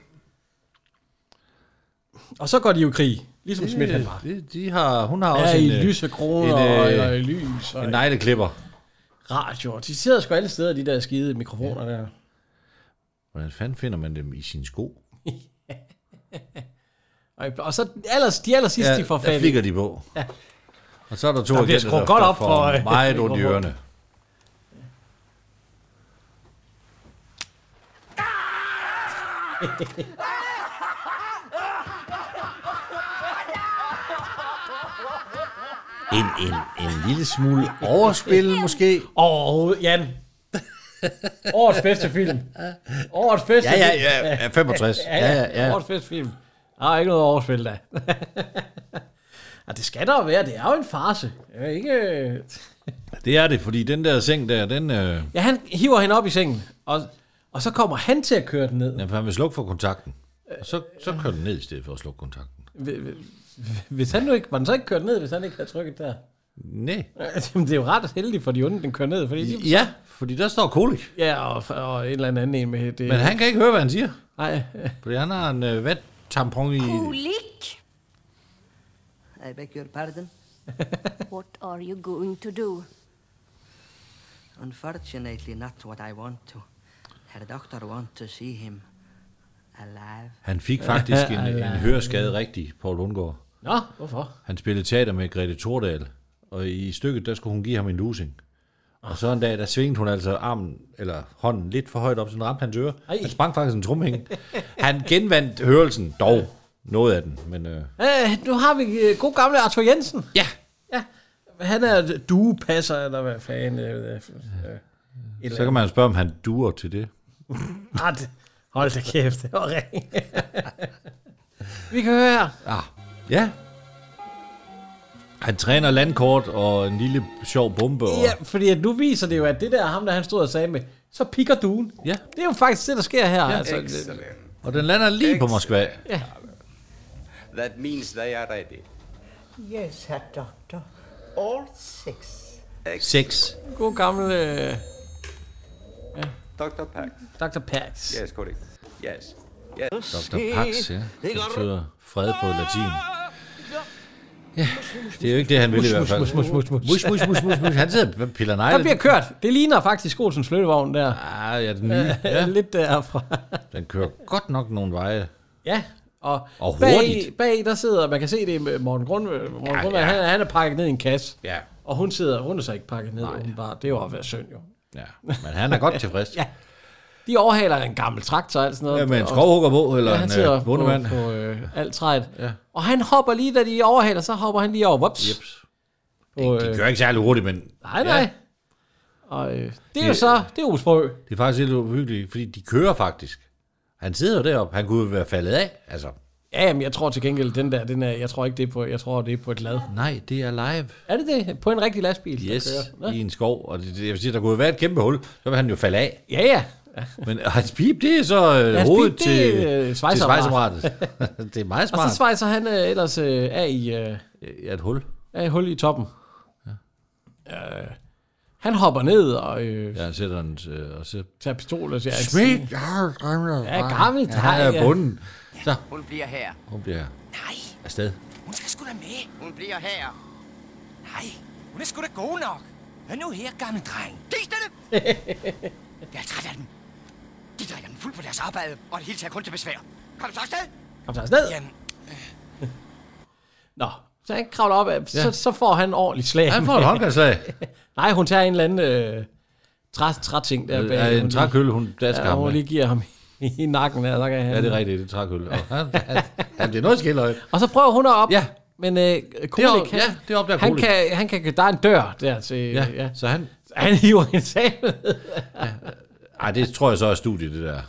Og så går de jo i krig, ligesom
Det-
Schmidt han var.
det- De har, hun har
Ja,
også
i
øh,
lysekroner og- og i lys og-
en negleklipper.
radioer. De sidder sgu alle steder, de der skide mikrofoner ja. der.
Hvordan fanden finder man dem i sine sko?
Og- Og så allers, de aller sidste, ja, de får fat
der
i.
flikker de på.
Ja.
Og så er der to
Der bliver
agenter,
skruet godt
står
op
for
for, øh,
meget ondt i
mikrofonen.
ørerne. En, en, en lille smule overspil, måske?
Åh, Jan. Årets bedste film. Årets bedste
Ja, ja,
film.
ja, ja, 65.
ja,
Ja, ja,
ja,
ja.
ja. Årets bedste film. Der er ikke noget overspil, da. Og det skal der jo være. Det er jo en farse. Det er jo Ikke...
Det er det, fordi den der seng der, den... Øh,
Ja, han hiver hende op i sengen, og, og så kommer han til at køre den ned.
ja, for han vil slukke for kontakten. Og så, så kører den ned i stedet for at slukke kontakten.
Hvis han nu ikke, var den så ikke kørt ned, hvis han ikke havde trykket der?
Nej.
Jamen, det er jo ret heldigt for de onde, den kører ned. Fordi de,
Ja, fordi der står kolik.
Ja, og, og en eller anden en med det.
Men han kan ikke høre, hvad han siger.
Nej.
Fordi han har en øh, tampon i...
Kulik,
I beg your pardon?
what are you going to do?
Unfortunately, not what I want to. Herr Doctor want to see him alive.
Han fik faktisk en, en høreskade rigtig, Paul Lundgaard.
Nå, hvorfor?
Han spillede teater med Grete Tordal, og i stykket, der skulle hun give ham en lusing. Og så en dag, der svingede hun altså armen, eller hånden, lidt for højt op, så den ramte hans øre.
Ej.
Han sprang faktisk en trumhæng. Han genvandt hørelsen, dog. Noget af den, men... Øh,
Øh, nu har vi øh, god gamle Arthur Jensen.
Ja.
ja. Han er duepasser, eller hvad fanden. Øh, øh, øh,
så kan man jo spørge, om han duer til det.
Ah, det- hold da kæft, det var ring. vi kan høre her.
Ah, ja. Han træner landkort og en lille sjov bombe. Og...
Ja, fordi at nu viser det jo, at det der ham, der han stod og sagde med, så pikker duen.
Ja.
Det er jo faktisk det, der sker her.
Ja.
altså.
Excellent. Og den lander lige på Moskva.
Ja.
That means they are ready.
Yes, Herr Doctor. All six.
Seks.
God gammel... Øh...
Dr. Pax.
Dr. Pax.
Yes, correct. Yes. Yes.
Dr. Pax, ja. Det betyder fred på latin. Ja, det er jo ikke det, han vil i hvert fald.
Mus, mus, mus, mus.
Mus, mus, mus, mus, mus. Han sidder og piller negle.
Der bliver kørt. Det ligner faktisk Olsens flyttevogn der.
Ah, ja, den nye. Ja.
Lidt derfra.
Den kører godt nok nogle veje.
Ja, og,
Og
bag,
hurtigt.
bag der sidder, man kan se det med Morten Grund, Morten ja,
Ja,
Grund
ja.
ja. Han, han er pakket ned i en kasse.
Ja.
Og hun sidder, hun er så ikke pakket ned, åbenbart. Det var været synd jo.
Ja, men han er godt tilfreds.
ja. De overhaler en gammel traktor og alt sådan noget.
Ja, med en
Og-
skovhugger på, eller
han
en, øh,
sidder på,
bondemand.
på øh, alt træet. Ja. Og han hopper lige, da de overhaler, så hopper han lige over. Whoops.
Jeps.
På,
De
øh,
kører ikke særlig hurtigt, men
nej, nej. Ja. Og øh, det er jo så, det er Osprø.
Det er faktisk lidt uhyggeligt, fordi de kører faktisk. Han sidder jo deroppe. Han kunne jo være faldet af, altså.
Ja, jamen, jeg tror til gengæld, den der, den er, jeg tror ikke, det er på, jeg tror, det er på et lad.
Nej, det er live.
Er det det? På en rigtig lastbil? der
Yes,
kører? Nå.
i en skov. Og det, det- jeg vil sige, der kunne jo være et kæmpe hul. Så vil han jo falde af.
Ja, ja.
Men hans pip, det er så øh,
Hans
hovedet
pip, det
til,
er, øh,
til
svejseapparatet.
svejseapparatet. det er meget
Og
smart.
så svejser han øh, ellers øh, af i øh,
ja, et hul.
af et hul i toppen. Ja. Øh, han hopper ned og øh,
Ja, han sætter en... Øh, og så...
tager pistol og siger...
Smid!
"Altså,
Ja, gammel
Ja, gammel
Ah, Ja,
drej,
Han er
ja."
bunden. Så,
Hun bliver her.
hun bliver
Nej,
afsted.
hun skal sgu da med. Hun bliver her. Nej, hun er sgu da god nok.
Hør nu her, gammel dreng.
Tis stille!
Jeg er træt af dem. De drikker den fuld på deres arbejde, og det hele tager kun til besvær. Kom så afsted!
Kom så afsted!
Jamen,
Nå, så han kravler op, ja.
Ja.
så, så får han en ordentlig slag.
Han får et håndgangslag.
Nej, hun tager en eller anden øh, træ, træting der
Øh,
bag.
ja, en
hun lige-
trækølle, hun dasker
ja,
ham
hun
med.
lige giver ham i, i nakken. Der, der kan han,
Ja, det er rigtigt, det er trækøl. Og han, han, han, det er noget skildøjt.
Og så prøver hun at op. Ja. Men øh, Kulik,
ja, det opdager
han,
Kulik.
kan, han kan, der er en dør der til...
Ja, så han...
Han hiver en sabel.
Ej, det tror jeg så er studiet, det der.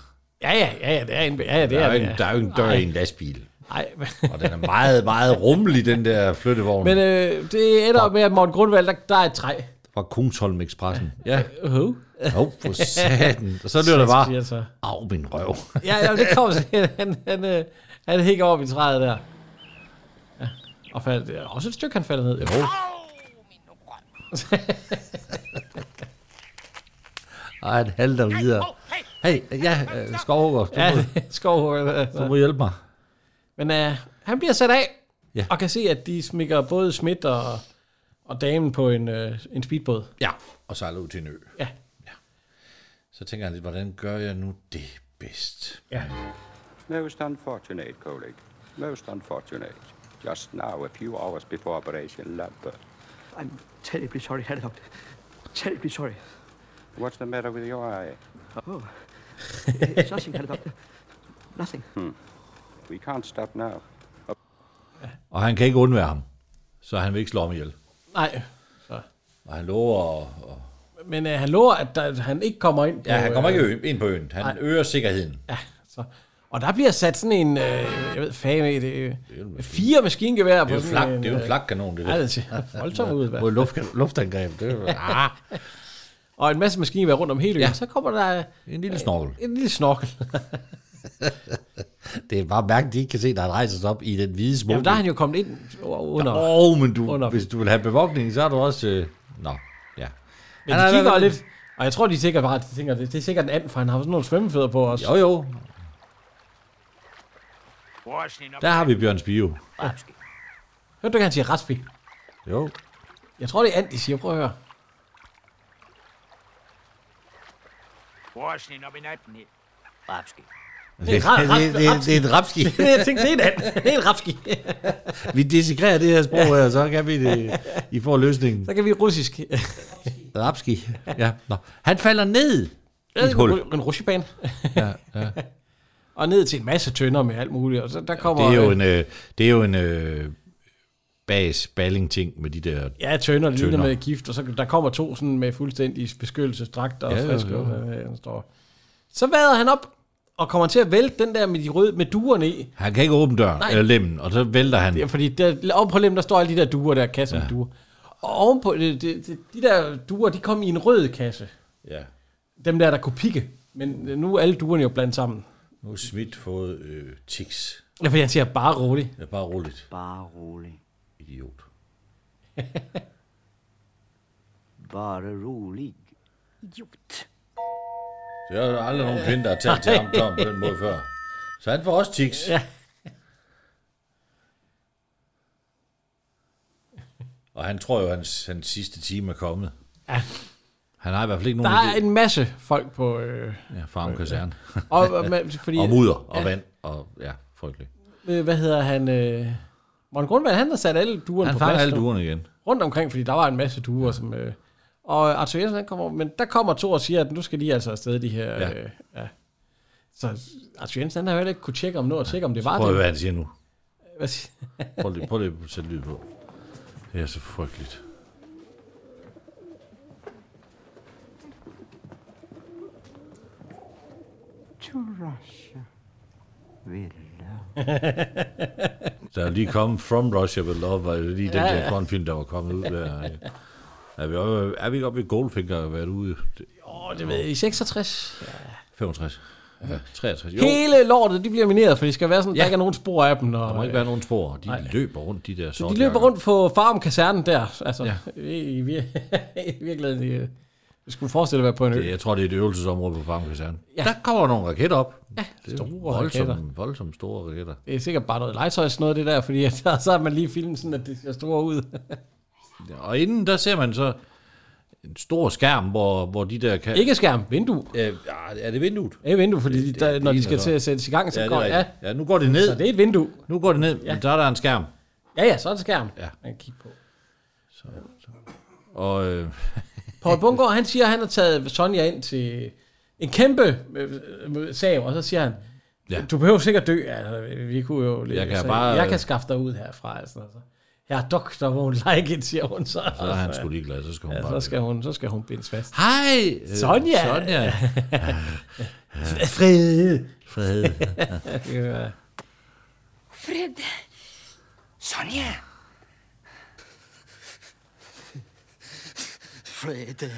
Ja, ja, ja, ja, det er en... Ja, ja, det
der, er,
er,
jo
det
ikke, der er jo ikke en dør
Ej.
i en lastbil.
Nej, men...
Og den er meget, meget rummelig, den der flyttevogn
Men øh, det ender med, at Morten Grundvald, der, der er et træ.
fra Kungsholm Expressen. Ja.
Hov.
Hov, for satan. Og så lyder det bare,
Shakespeare, så.
Au, min røv.
Ja, ja, det kommer til, han, han, øh, han hænger op i træet der. Ja. Og faldt, det er også et stykke, han falder ned. Jo.
Ej, han halter videre. Hey, ja, øh, skovhugger. Du,
ja,
må,
skovhugger.
du må hjælpe mig.
Men øh, han bliver sat af,
Ja.
og kan se, at de smikker både Schmidt og, Og damen på en, øh, en speedbåd.
Ja, og sejler ud til en ø.
Ja.
ja. Så tænker han lidt, hvordan gør jeg nu det bedst?
Ja.
Most unfortunate, colleague. Most unfortunate. Just now, a few hours before Operation Lambert.
I'm terribly sorry, Herr Doctor. Terribly sorry.
What's the matter with your eye?
Oh, it's nothing, Herr Doctor. Nothing.
Hmm. We can't stop now.
Og han kan ikke undvære ham, så han vil ikke slå ham ihjel.
Nej.
Og han lover... at- at-
Men øh, han lover, at der, han ikke kommer ind på...
Ja, han kommer
øh,
ikke ø- ind på øen. Han
nej.
øger sikkerheden.
Ja, så. Og der bliver sat sådan en, øh, jeg ved fame, det, øh, fire maskingeværer på
Det er jo
sådan
flak,
en...
det er jo en øh, flakkanon, det der.
Ja, det ser voldsomt ud.
Mod luft- luftangreb. Det er jo- Ah.
og en masse maskingeværer rundt om hele øen.
Ja.
Ja. Så kommer der...
En lille snorkel.
En lille snorkel.
Det er bare mærkeligt, at de ikke kan se, at han rejser sig op i den hvide smoking.
Jamen, der er han jo kommet ind under...
Åh, oh, men du, hvis du vil have bevogtning, så har du også... Øh... Nå, ja.
Men
Han
de
er-
kigger lidt... Og jeg tror, de tænker bare, de tænker, det, det er sikkert en and, for han har sådan nogle svømmefødder på os.
Jo, jo. Der har vi Bjørns Bio.
Raspi. Hørte du ikke, han siger Raspi?
Jo.
Jeg tror, det er and, de siger. Prøv at høre.
Washington op i natten i. Rapski.
Det er en ra-
Det- det-
ras-
det-
rapski.
det
Det er-
er en rapski.
jeg tænkte, det er en and. Det er en rapski.
Vi dissekrerer det her sprog her, så kan vi det, I får løsningen.
Så kan vi russisk.
Rapski. Ja, nå. Han falder ned i et hul.
En rushebane.
Ja, ja.
og ned til en masse tønder med alt muligt. Og så der kommer...
Det er jo
øh,
en, øh, det er jo en øh, bas balling ting med de der
Ja, tønder, det ligner med gift, og så der kommer to sådan med fuldstændig beskyttelsesdragter og
Ja, jo,
frisk
jo.
luft, øh, han står. Så vader han op og kommer til at vælte den der med de røde med duerne i.
Han kan ikke åbne døren,
Nej.
eller lemmen, og så vælter han.
Det er, fordi der, oven på dem, der står alle de der duer der, kasser ja. med duer. Og ovenpå, det, det, det, de der duer, de kom i en rød kasse.
Ja.
Dem der, der kunne pikke. Men øh, nu er alle duerne jo blandet sammen.
Nu er Schmidt fået øh, tics.
Ja, fordi han siger, bare rolig.
Ja, bare roligt. Bare roligt. Idiot.
Bara rolig. Idiot.
Så jeg har aldrig nogen kvinde, der har talt til ham tom på den måde før. Så han får også tics.
Ja.
Og han tror jo, at hans, hans sidste time er kommet. Ja. Han har i hvert fald
Der
ikke nogen
er
idé.
en masse folk på... Øh,
Ja, Farum Kaserne.
Og, og, men- fordi,
og mudder og
Ja.
vand. Og, ja, frygteligt.
øh, hvad hedder han? Øh, Morten Grundvald, han har sat alle duerne
Han
på
fanger
plads
alle
nu.
duerne igen.
Rundt omkring, fordi der var en masse duer, som... Øh, og Arthur Jensen, han kommer... Men der kommer to og siger, at nu skal de altså afsted, de her...
Ja.
Ja. Øh, ja. Så Arthur Jensen, han har jo heller ikke kunne tjekke om noget, og tjekke om det var
Prøv at
det.
høre, hvad han siger nu.
Hvad siger
Prøv lige, prøv lige at sætte lyd på. Det er så frygteligt.
To Russia.
Der er lige kommet From Russia with Love, var det lige den
Ja,
der
ja.
Bond-film, der var kommet ud der. Er vi, oppe, er vi ikke oppe ved Goldfinger og været ude?
Åh, det ved jeg. I 66?
65. Ja. 63. Jo,
Jo. Hele lortet, de bliver mineret, for de skal være sådan, ja.
Ja.
der ikke er nogen spor af dem. Og,
der må ikke være nogen spor. De
nej.
løber rundt, de der
Så
sorte
de løber rundt på farm kasernen der. Altså,
Ja.
ja. i, i, vir- i virkeligheden, øh, jeg skulle forestille mig på en ø.
jakker. Det- Jeg tror, det er et øvelsesområde på Farm Kaserne.
Ja.
Der kommer nogle raketter op. Ja, det er
store
voldsomme,
raketter.
Voldsomt store raketter.
Det er sikkert bare noget legetøj, sådan noget det der, fordi at der, så har man lige filmet sådan, at det ser store ud.
Og inden der ser man så en stor skærm, hvor, hvor de der kan...
Ikke skærm, vindue.
Øh, ja, er det vinduet?
Ja, vindue, fordi det, der, når
ligner
de skal
så.
til at sættes i gang, så
Ja, det er
går
rigtigt. Ja, nu går det ned.
Så det er et vindue.
Nu går det ned, ja. men så er der en skærm.
Ja, ja, så er det skærm.
Ja.
Man kan kigge på.
Og øh,
Paul Bungård, han siger, at han har taget Sonja ind til en kæmpe øh, øh, sag, og så siger han,
Ja.
ja. du behøver sikkert dø. Altså, vi kunne jo
Jeg kan
så,
bare-
jeg kan skaffe dig ud herfra. Altså, altså. Jeg er doktor, won't like it, siger hun så.
så er han sgu ligeglad, så skal hun
Ja,
bare...
så skal hun, så skal hun bindes fast.
Hej! øh,
Sonja!
Sonja!
Fred!
Fred.
Fred. Sonja.
Fred.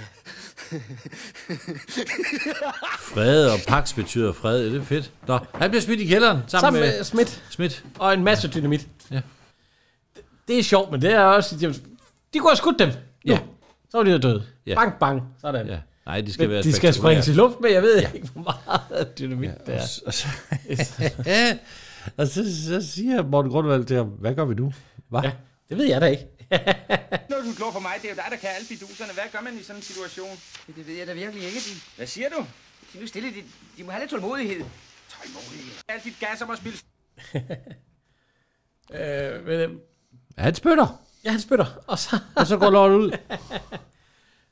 Fred og pax betyder fred, er det fedt? Nå, han bliver smidt i kælderen sammen,
Sammen med Schmidt.
Schmidt.
Og en masse dynamit.
Ja.
Det er sjovt, men det er også... De, de kunne have skudt dem. Nu.
Ja.
Så var de jo døde.
Ja.
Ja. Bang, bang. Sådan.
Ja. Nej, de skal
men
være
de skal springe i
spektakulære.
luft med, jeg ved ja. ikke, hvor meget dynamit ja, det
Og,
er.
s- og, så, og så, så siger Morten Grundvald til ham, hvad gør vi nu? Hva?
Ja, det ved jeg da ikke.
Når du klog på mig, det er jo dig, der kan alle fiduserne. Hvad gør man i sådan en situation?
Det ved jeg da virkelig ikke. De,
Hvad siger du?
de er nu stille. De, de må have lidt tålmodighed.
Tålmodighed. Alt dit gas om at spille
Øh, men, øh,
Ja, han spytter.
ja, han spytter. Og så,
Og så går Lord ud.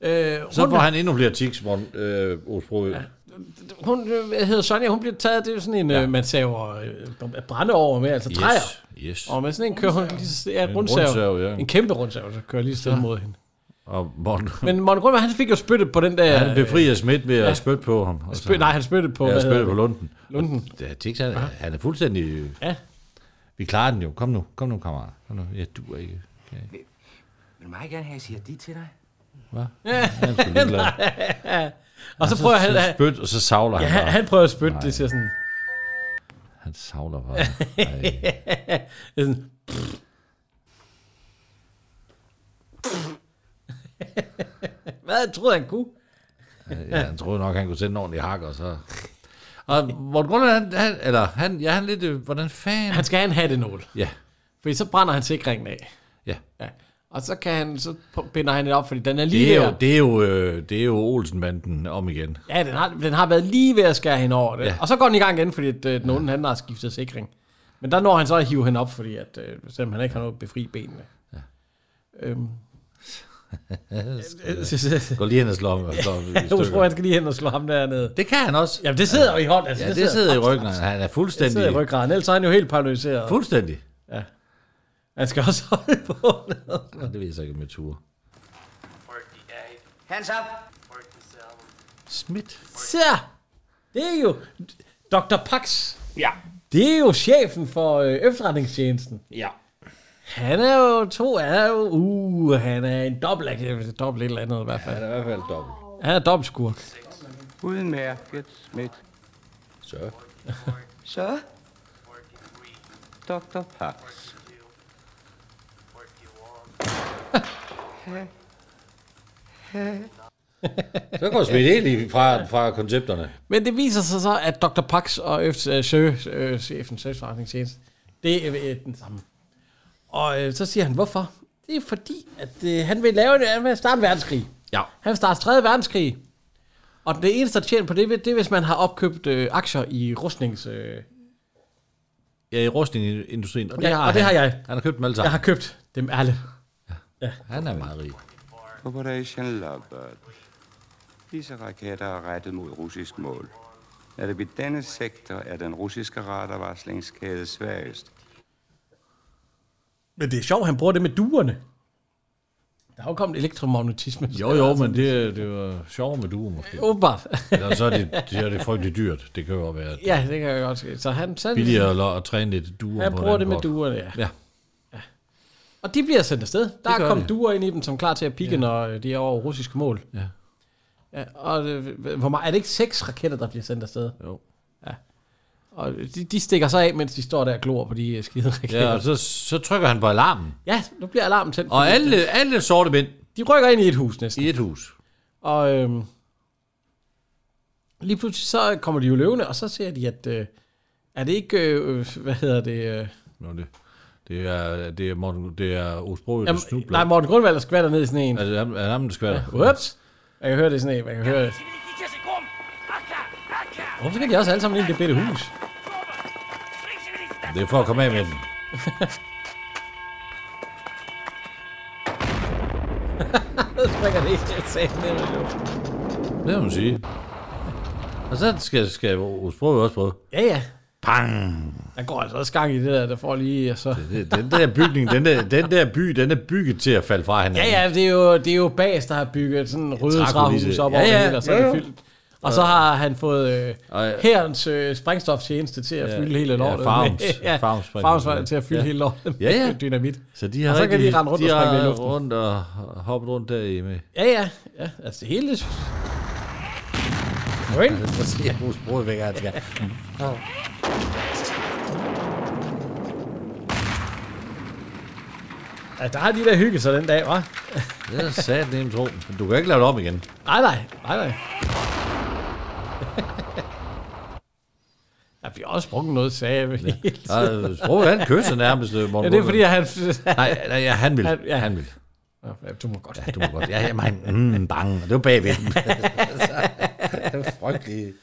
øh,
Så
hun-
får han endnu flere tics, Morten øh, Osbro. Ja.
Hun øh, hedder Sonja, hun bliver taget, det er jo sådan en, ja. man saver øh, brænde over med, altså
Yes,
træer.
yes.
Og med sådan en kører hun lige så- ja, en
En
rundsav.
rundsav, ja.
En kæmpe rundsav, så kører lige stille mod hende.
Og Morten,
Men Morten Grundvær, han fik jo spyttet på den der...
han befrier Schmidt ved
øh, ja.
at spytte på ham. Og så-
Spyt- nej, han spyttede på,
Ja,
hvad
spyttede
hedder
på
det?
lunden.
Lunden.
Det er tics, han, han er fuldstændig...
Ja.
Vi klarer den jo. Kom nu, kom nu, kammerat. Kom nu. Jeg duer ikke. Kan jeg ikke.
Vil du meget gerne have, at jeg siger de til dig?
Hvad?
Ja.
Han er sgu ligeglad.
Nej. og
Ja,
så prøver han...
så spyt, og så savler
ja,
han
han,
bare.
han prøver at spytte,
Nej.
det siger sådan...
Han savler bare.
det er sådan Hvad jeg troede han kunne?
Ja, han troede nok, han kunne sætte en ordentlig hak, og så... Og Morten Grundlund, han, han, eller han, ja, han er lidt, øh, hvordan fanden...
Han skal have en hattenål.
Ja.
Fordi så brænder han sikringen af.
Ja.
ja. Og så, kan han, så binder han det op, fordi den er lige
Det er
der.
jo, det er jo, øh, det er jo Olsenbanden om igen.
Ja, den har, den har været lige ved at skære hende over det. Ja.
Ja.
Og så går den i gang igen, fordi at, øh, den onde han har skiftet sikring. Men der når han så at hive hende op, fordi at, øh, selvom han ikke har noget at befri benene. Ja. Øhm,
Gå lige hen og slå ham. og slå ham i
jeg tror,
stykker.
han skal lige hen og slå ham dernede.
Det kan han også.
Jamen, det sidder jo i hånden. Altså,
Ja, det sidder i ryggen. Han er
Det sidder i
fuldstændig...
ryggraden, ellers er han jo helt paralyseret.
Fuldstændig.
Ja. Han skal også holde på
Ja, det ved jeg så ikke med tur.
Hands up.
Smidt.
Så, det er jo Dr. Pax.
Ja.
Det er jo chefen for øh, efterretningstjenesten.
Ja.
Han er jo to, han er jo, uh, han er en dobbelt, dobbelt et eller andet i hvert fald.
Han er i hvert fald dobbelt.
Han er dobbelt skurk.
Udmærket, Schmidt.
Så.
Så? Dr. Pax.
Så går Smidt helt i- fra, fra koncepterne.
Men det viser sig så, at Dr. Pax og F- øh, sø, øh, chefen søgeforretningstjeneste, det er øh, den samme. Og øh, så siger han, hvorfor? Det er fordi, at øh, han vil lave en, han vil starte en verdenskrig.
Ja.
Han vil starte 3. verdenskrig. Og det eneste, der tjener på det, det er, hvis man har opkøbt øh, aktier i rustnings... Øh,
Ja, i rustningindustrien. Og det,
Ja,
har,
og det
han.
har jeg.
Han har købt dem alle sammen.
jeg har købt dem alle.
Han er meget rig.
Operation Lovebird. Disse raketter er rettet mod russisk mål. Er det ved denne sektor, er den russiske radarvarslingskæde sværest.
Men det er sjovt, han bruger det med duerne. Der er jo kommet elektromagnetisme.
Jo, jo, men det, det var sjovt med duer måske.
Åbenbart.
Eller så er det, så er det frygteligt dyrt. Det kan jo være ja.
Ja, det kan jeg godt se. Så han, så
billigere at, lo- at træne lidt duer.
Han
på,
bruger
hvordan
det med
går.
duerne, ja.
Ja.
Og de bliver sendt afsted. Der
gør
er kommet
de.
duer ind i dem, som er klar til at pikke, ja. når øh, de er over russiske mål.
Ja.
ja og øh, hvor meget, er det ikke seks raketter, der bliver sendt afsted?
Jo.
Ja. Og de, de stikker sig af, mens de står der og glor på de øh, skide raketter.
Ja, og så, så trykker han på alarmen.
ja nu bliver alarmen tændt.
Og alle, alle sorte mænd
De rykker ind i et hus næsten.
i et hus.
Og øhm, lige pludselig så kommer de jo løvende, og så ser de, at øh, er det ikke, øh, hvad hedder det... Øh,
Nå, det, det er, det er, Morten, det er Osbro, der
jamen,
snubler.
nej, Morten Grundvald skvatter ned i sådan en.
Er det ham, er det ham, der skvatter?
Ups! Jeg kan høre det er sådan en, jeg kan høre det. Hvorfor skal de også alle sammen ind i det bitte hus?
Det er for at komme af med den.
Så springer det helt sat ned i luften.
Det må man sige. Og så skal, skal Osbro jo også prøve.
Ja, ja.
Pang!
Der går altså også gang i det der, der får lige... og Så.
Det- Den der bygning, den der, den der by, den er bygget til at falde fra hinanden.
Ja, ja, det er jo, det er jo Bas, der har bygget sådan en røde
trækulisse.
træhus op
Ja,
over
ja,
det hele, og så er
jo,
det
jo.
fyldt. Og så har han fået øh,
Og, øh,
herrens øh, sprængstoftjeneste til at
Ja,
fylde hele
ja,
lortet. med-
Farms.
ja,
Farms
farms,
sprængstof.
var til at fylde
Ja.
hele lortet med
Ja, ja.
dynamit.
Så de har
og så kan
rigtig-
de rende rundt
de
og springe
har
det i luften.
rundt og hoppet rundt der i med.
Ja, ja, ja. Altså det hele... Point.
Så siger Bruce Brode væk,
altså.
han skal.
Ja, der har de der hygget sig den dag, hva'?
Det er sat nemt tro. Men du kan ikke lave det om igen.
Nej, nej, nej, nej. Ja, vi har også sprunget noget, sagde vi.
Ja, sprog, han kysser nærmest øh,
Ja,
Morten
det er fordi,
Grundvig.
han...
Nej, nej, ja, han vil.
Han- ja.
ja. Han vil.
Ja, du må godt.
Ja, du må godt. Ja, jeg mener, mm, bange. og Det var bagved dem. det var frygteligt.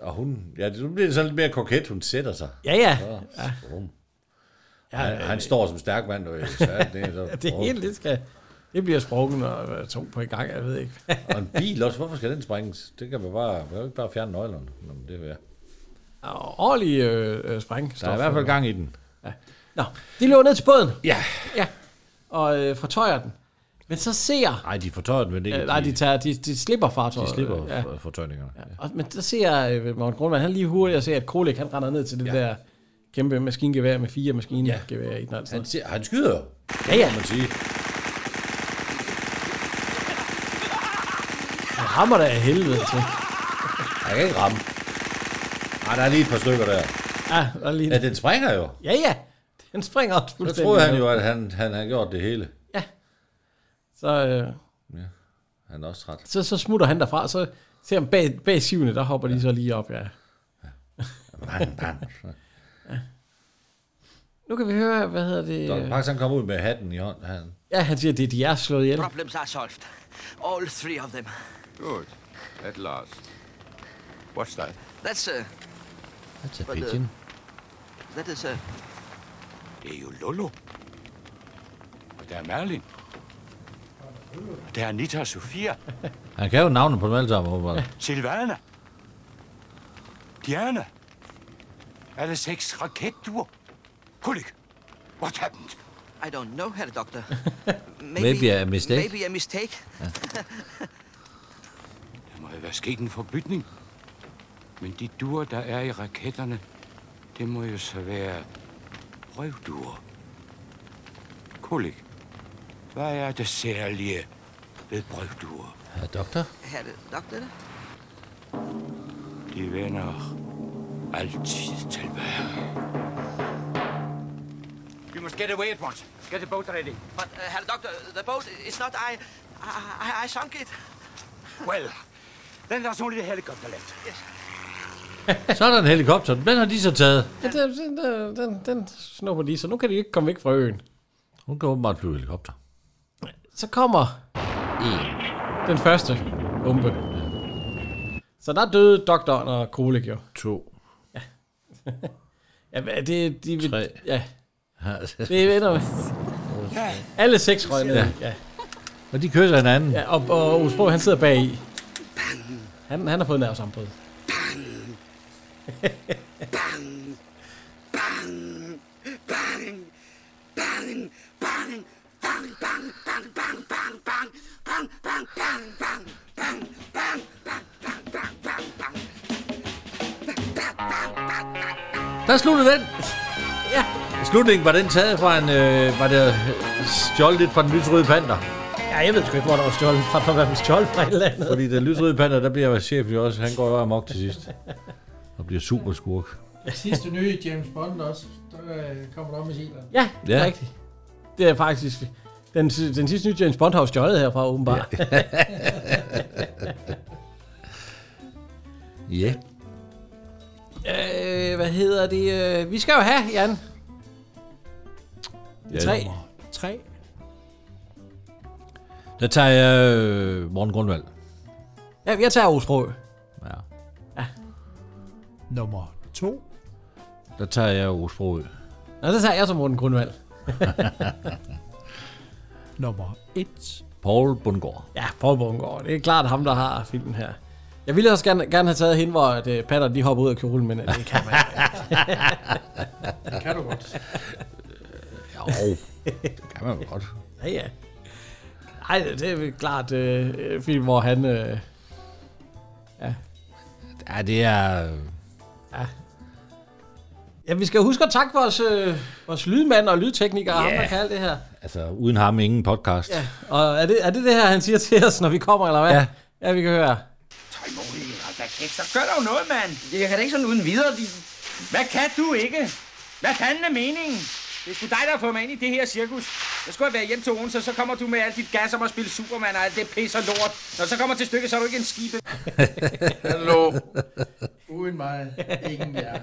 Og hun, ja, nu bliver det sådan lidt mere koket. Hun sætter sig.
Ja, ja.
Så,
Ja.
bum.
Ja,
han,
øh,
han, står som stærk mand, og så er det, så,
Ja, det
bum.
hele, det skal... Det bliver sprunget og øh, to på i gang, jeg ved ikke.
Og en bil også. Hvorfor skal den sprænges? Det kan man bare, man kan jo ikke bare fjerne nøglerne. Nå, men det vil jeg.
Og ordentlig øh, øh, sprængstof.
Der er i hvert fald gang i den.
Ja. Nå, de løber ned til båden.
Ja.
Ja, og øh, fortøjer den. Men så ser...
Nej, de fortøjer den, men ikke.
Øh, nej, de, tager, de, de slipper fartøjet.
de slipper
Ja.
ja. fortøjningerne. Ja.
Og, men der ser øh, Morten Grundvand, han lige hurtigt og ser, at Krolik, han render ned til det ja. der kæmpe maskingevær med fire maskingeværer ja. i den altså.
Han, ser, han skyder jo.
Ja, ja.
Må man sige.
Han rammer da af helvede til.
Jeg kan ikke ramme. Nej, der er lige et par stykker der.
Ja, der er lige...
Ja, den springer jo.
Ja, ja. Den springer også
Så
fuldstændig.
troede han
ned.
jo, at han, han havde gjort det hele.
Så, øh,
Han er også træt.
så, så smutter han derfra, så ser han bag, bag sivene, der hopper de så lige op, ja.
Bang, bang.
Nu kan vi høre, hvad hedder
Donald
det?
Parks, han kom ud med hatten i hånden. Han,
Ja, han siger, det er de er slået ihjel.
Problems are solved. All three of them.
Good. At last. What's that?
That's uh,
That's
a pigeon. that is uh,
Det er jo Lolo. Og der er Merlin. Og der er Anita og Sofia.
han kan jo navnet på dem alle sammen, åbenbart.
Silvana. Diana. Alle seks raketduer. Kulik. What happened?
I don't know, Herr Doctor.
Maybe a mistake.
Maybe a mistake.
Der må jo være sket en forbytning. Men de duer, der er i raketterne, det må jo så være røvduer. Kulik, hvad er det særlige ved brøvduer?
Ja, doktor.
Herr Doctor?
De vender altid tilbage.
We must get away at once. Get the boat ready.
But uh, Herr Doctor, the boat is not I. I, I, I sunk it.
Well, then there's only the helicopter left.
Så er der en helikopter. Den har de så taget.
Ja, den, den, den, den, den snupper lige, så nu kan de ikke komme væk fra øen.
Hun kan åbenbart flyve helikopter.
Så kommer den første bombe. Så der døde doktoren og Krolik jo.
To.
Ja, hvad- det, de, vil-
Tre.
Ja,
Ja.
det ender med. Alle seks røg ned.
Ja.
Ja.
Og de kysser hinanden.
ja. og, og Osbro, han sidder bag i. Han, han har fået nervesambrud.
Der sluttede den.
Ja.
Slutningen var den taget fra en... Øh, var det stjålet lidt fra den lysrøde panter.
Ja, jeg ved sgu ikke, hvor der var stjålet fra. Der var i hvert fald stjålet fra et eller andet.
Fordi den lysrøde panter, der bliver chefen jo også. Han går jo amok til sidst. Og bliver super skurk.
Sidste nye James Bond også. Der øh, kommer der op med Siler.
Ja, det er
Ja.
rigtigt. Det er faktisk... Den, den sidste nye James Bond har jo stjålet herfra, åbenbart.
Ja.
øh, hvad hedder det? Øh, Vi skal jo have, Jan.
Ja.
Tre. Tre.
Der tager jeg øh, Morten Grundvald.
Ja, jeg tager Osbro.
Ja.
Nummer to.
Der tager jeg Osbro.
Nå, så tager jeg som Morten Grundvald.
Nummer et.
Paul Bundgaard.
Ja, Paul Bungård. Det er klart ham, der har filmen her. Jeg ville også gerne, gerne have taget hende, hvor at, øh, patter de hopper ud af kjolen, men øh, det kan man ikke.
Det kan du godt.
Jo, det kan man vel godt.
Ja, ja. Ej, det er vel klart øh, øh, film, hvor han... Øh, ja.
Ja, det er...
ja, vi skal huske at takke vores, øh, vores lydmand og lydtekniker, yeah. ham,
Ja.
der kan alt det her.
Altså, uden ham ingen podcast.
Ja. Og er det, er det det her, han siger til os, når vi kommer, eller hvad?
Ja.
Ja, vi kan høre.
Hold da kæft, så gør dog noget, mand.
Jeg kan da ikke sådan uden videre. De...
Hvad kan du ikke? Hvad fanden er meningen? Det er sgu dig, der har fået mig ind i det her cirkus. Jeg skulle have været hjem til onsdag, så kommer du med alt dit gas om at spille Superman og alt det pis og lort. Når det så kommer til stykket, så er du ikke en skibe.
Hallo.
Uden mig, ingen jer.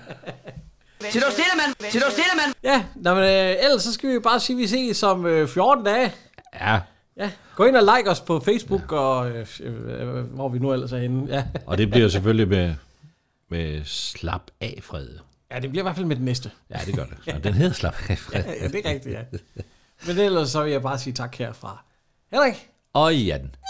Til dog stille, mand! Til dog stille, mand!
Ja, nå, men øh, ellers så skal vi jo bare sige, at vi ses om øh, 14 dage.
Ja.
Ja, gå ind og like os på Facebook, ja. og øh, øh, hvor vi nu ellers er henne. Ja.
Og det bliver selvfølgelig med, med slap af fred.
Ja, det bliver i hvert fald med den næste.
Ja, det gør det. Nå, den hedder slap af
ja,
fred.
ja, det er rigtigt, ja. Men ellers så vil jeg bare sige tak herfra. Henrik?
Og Jan.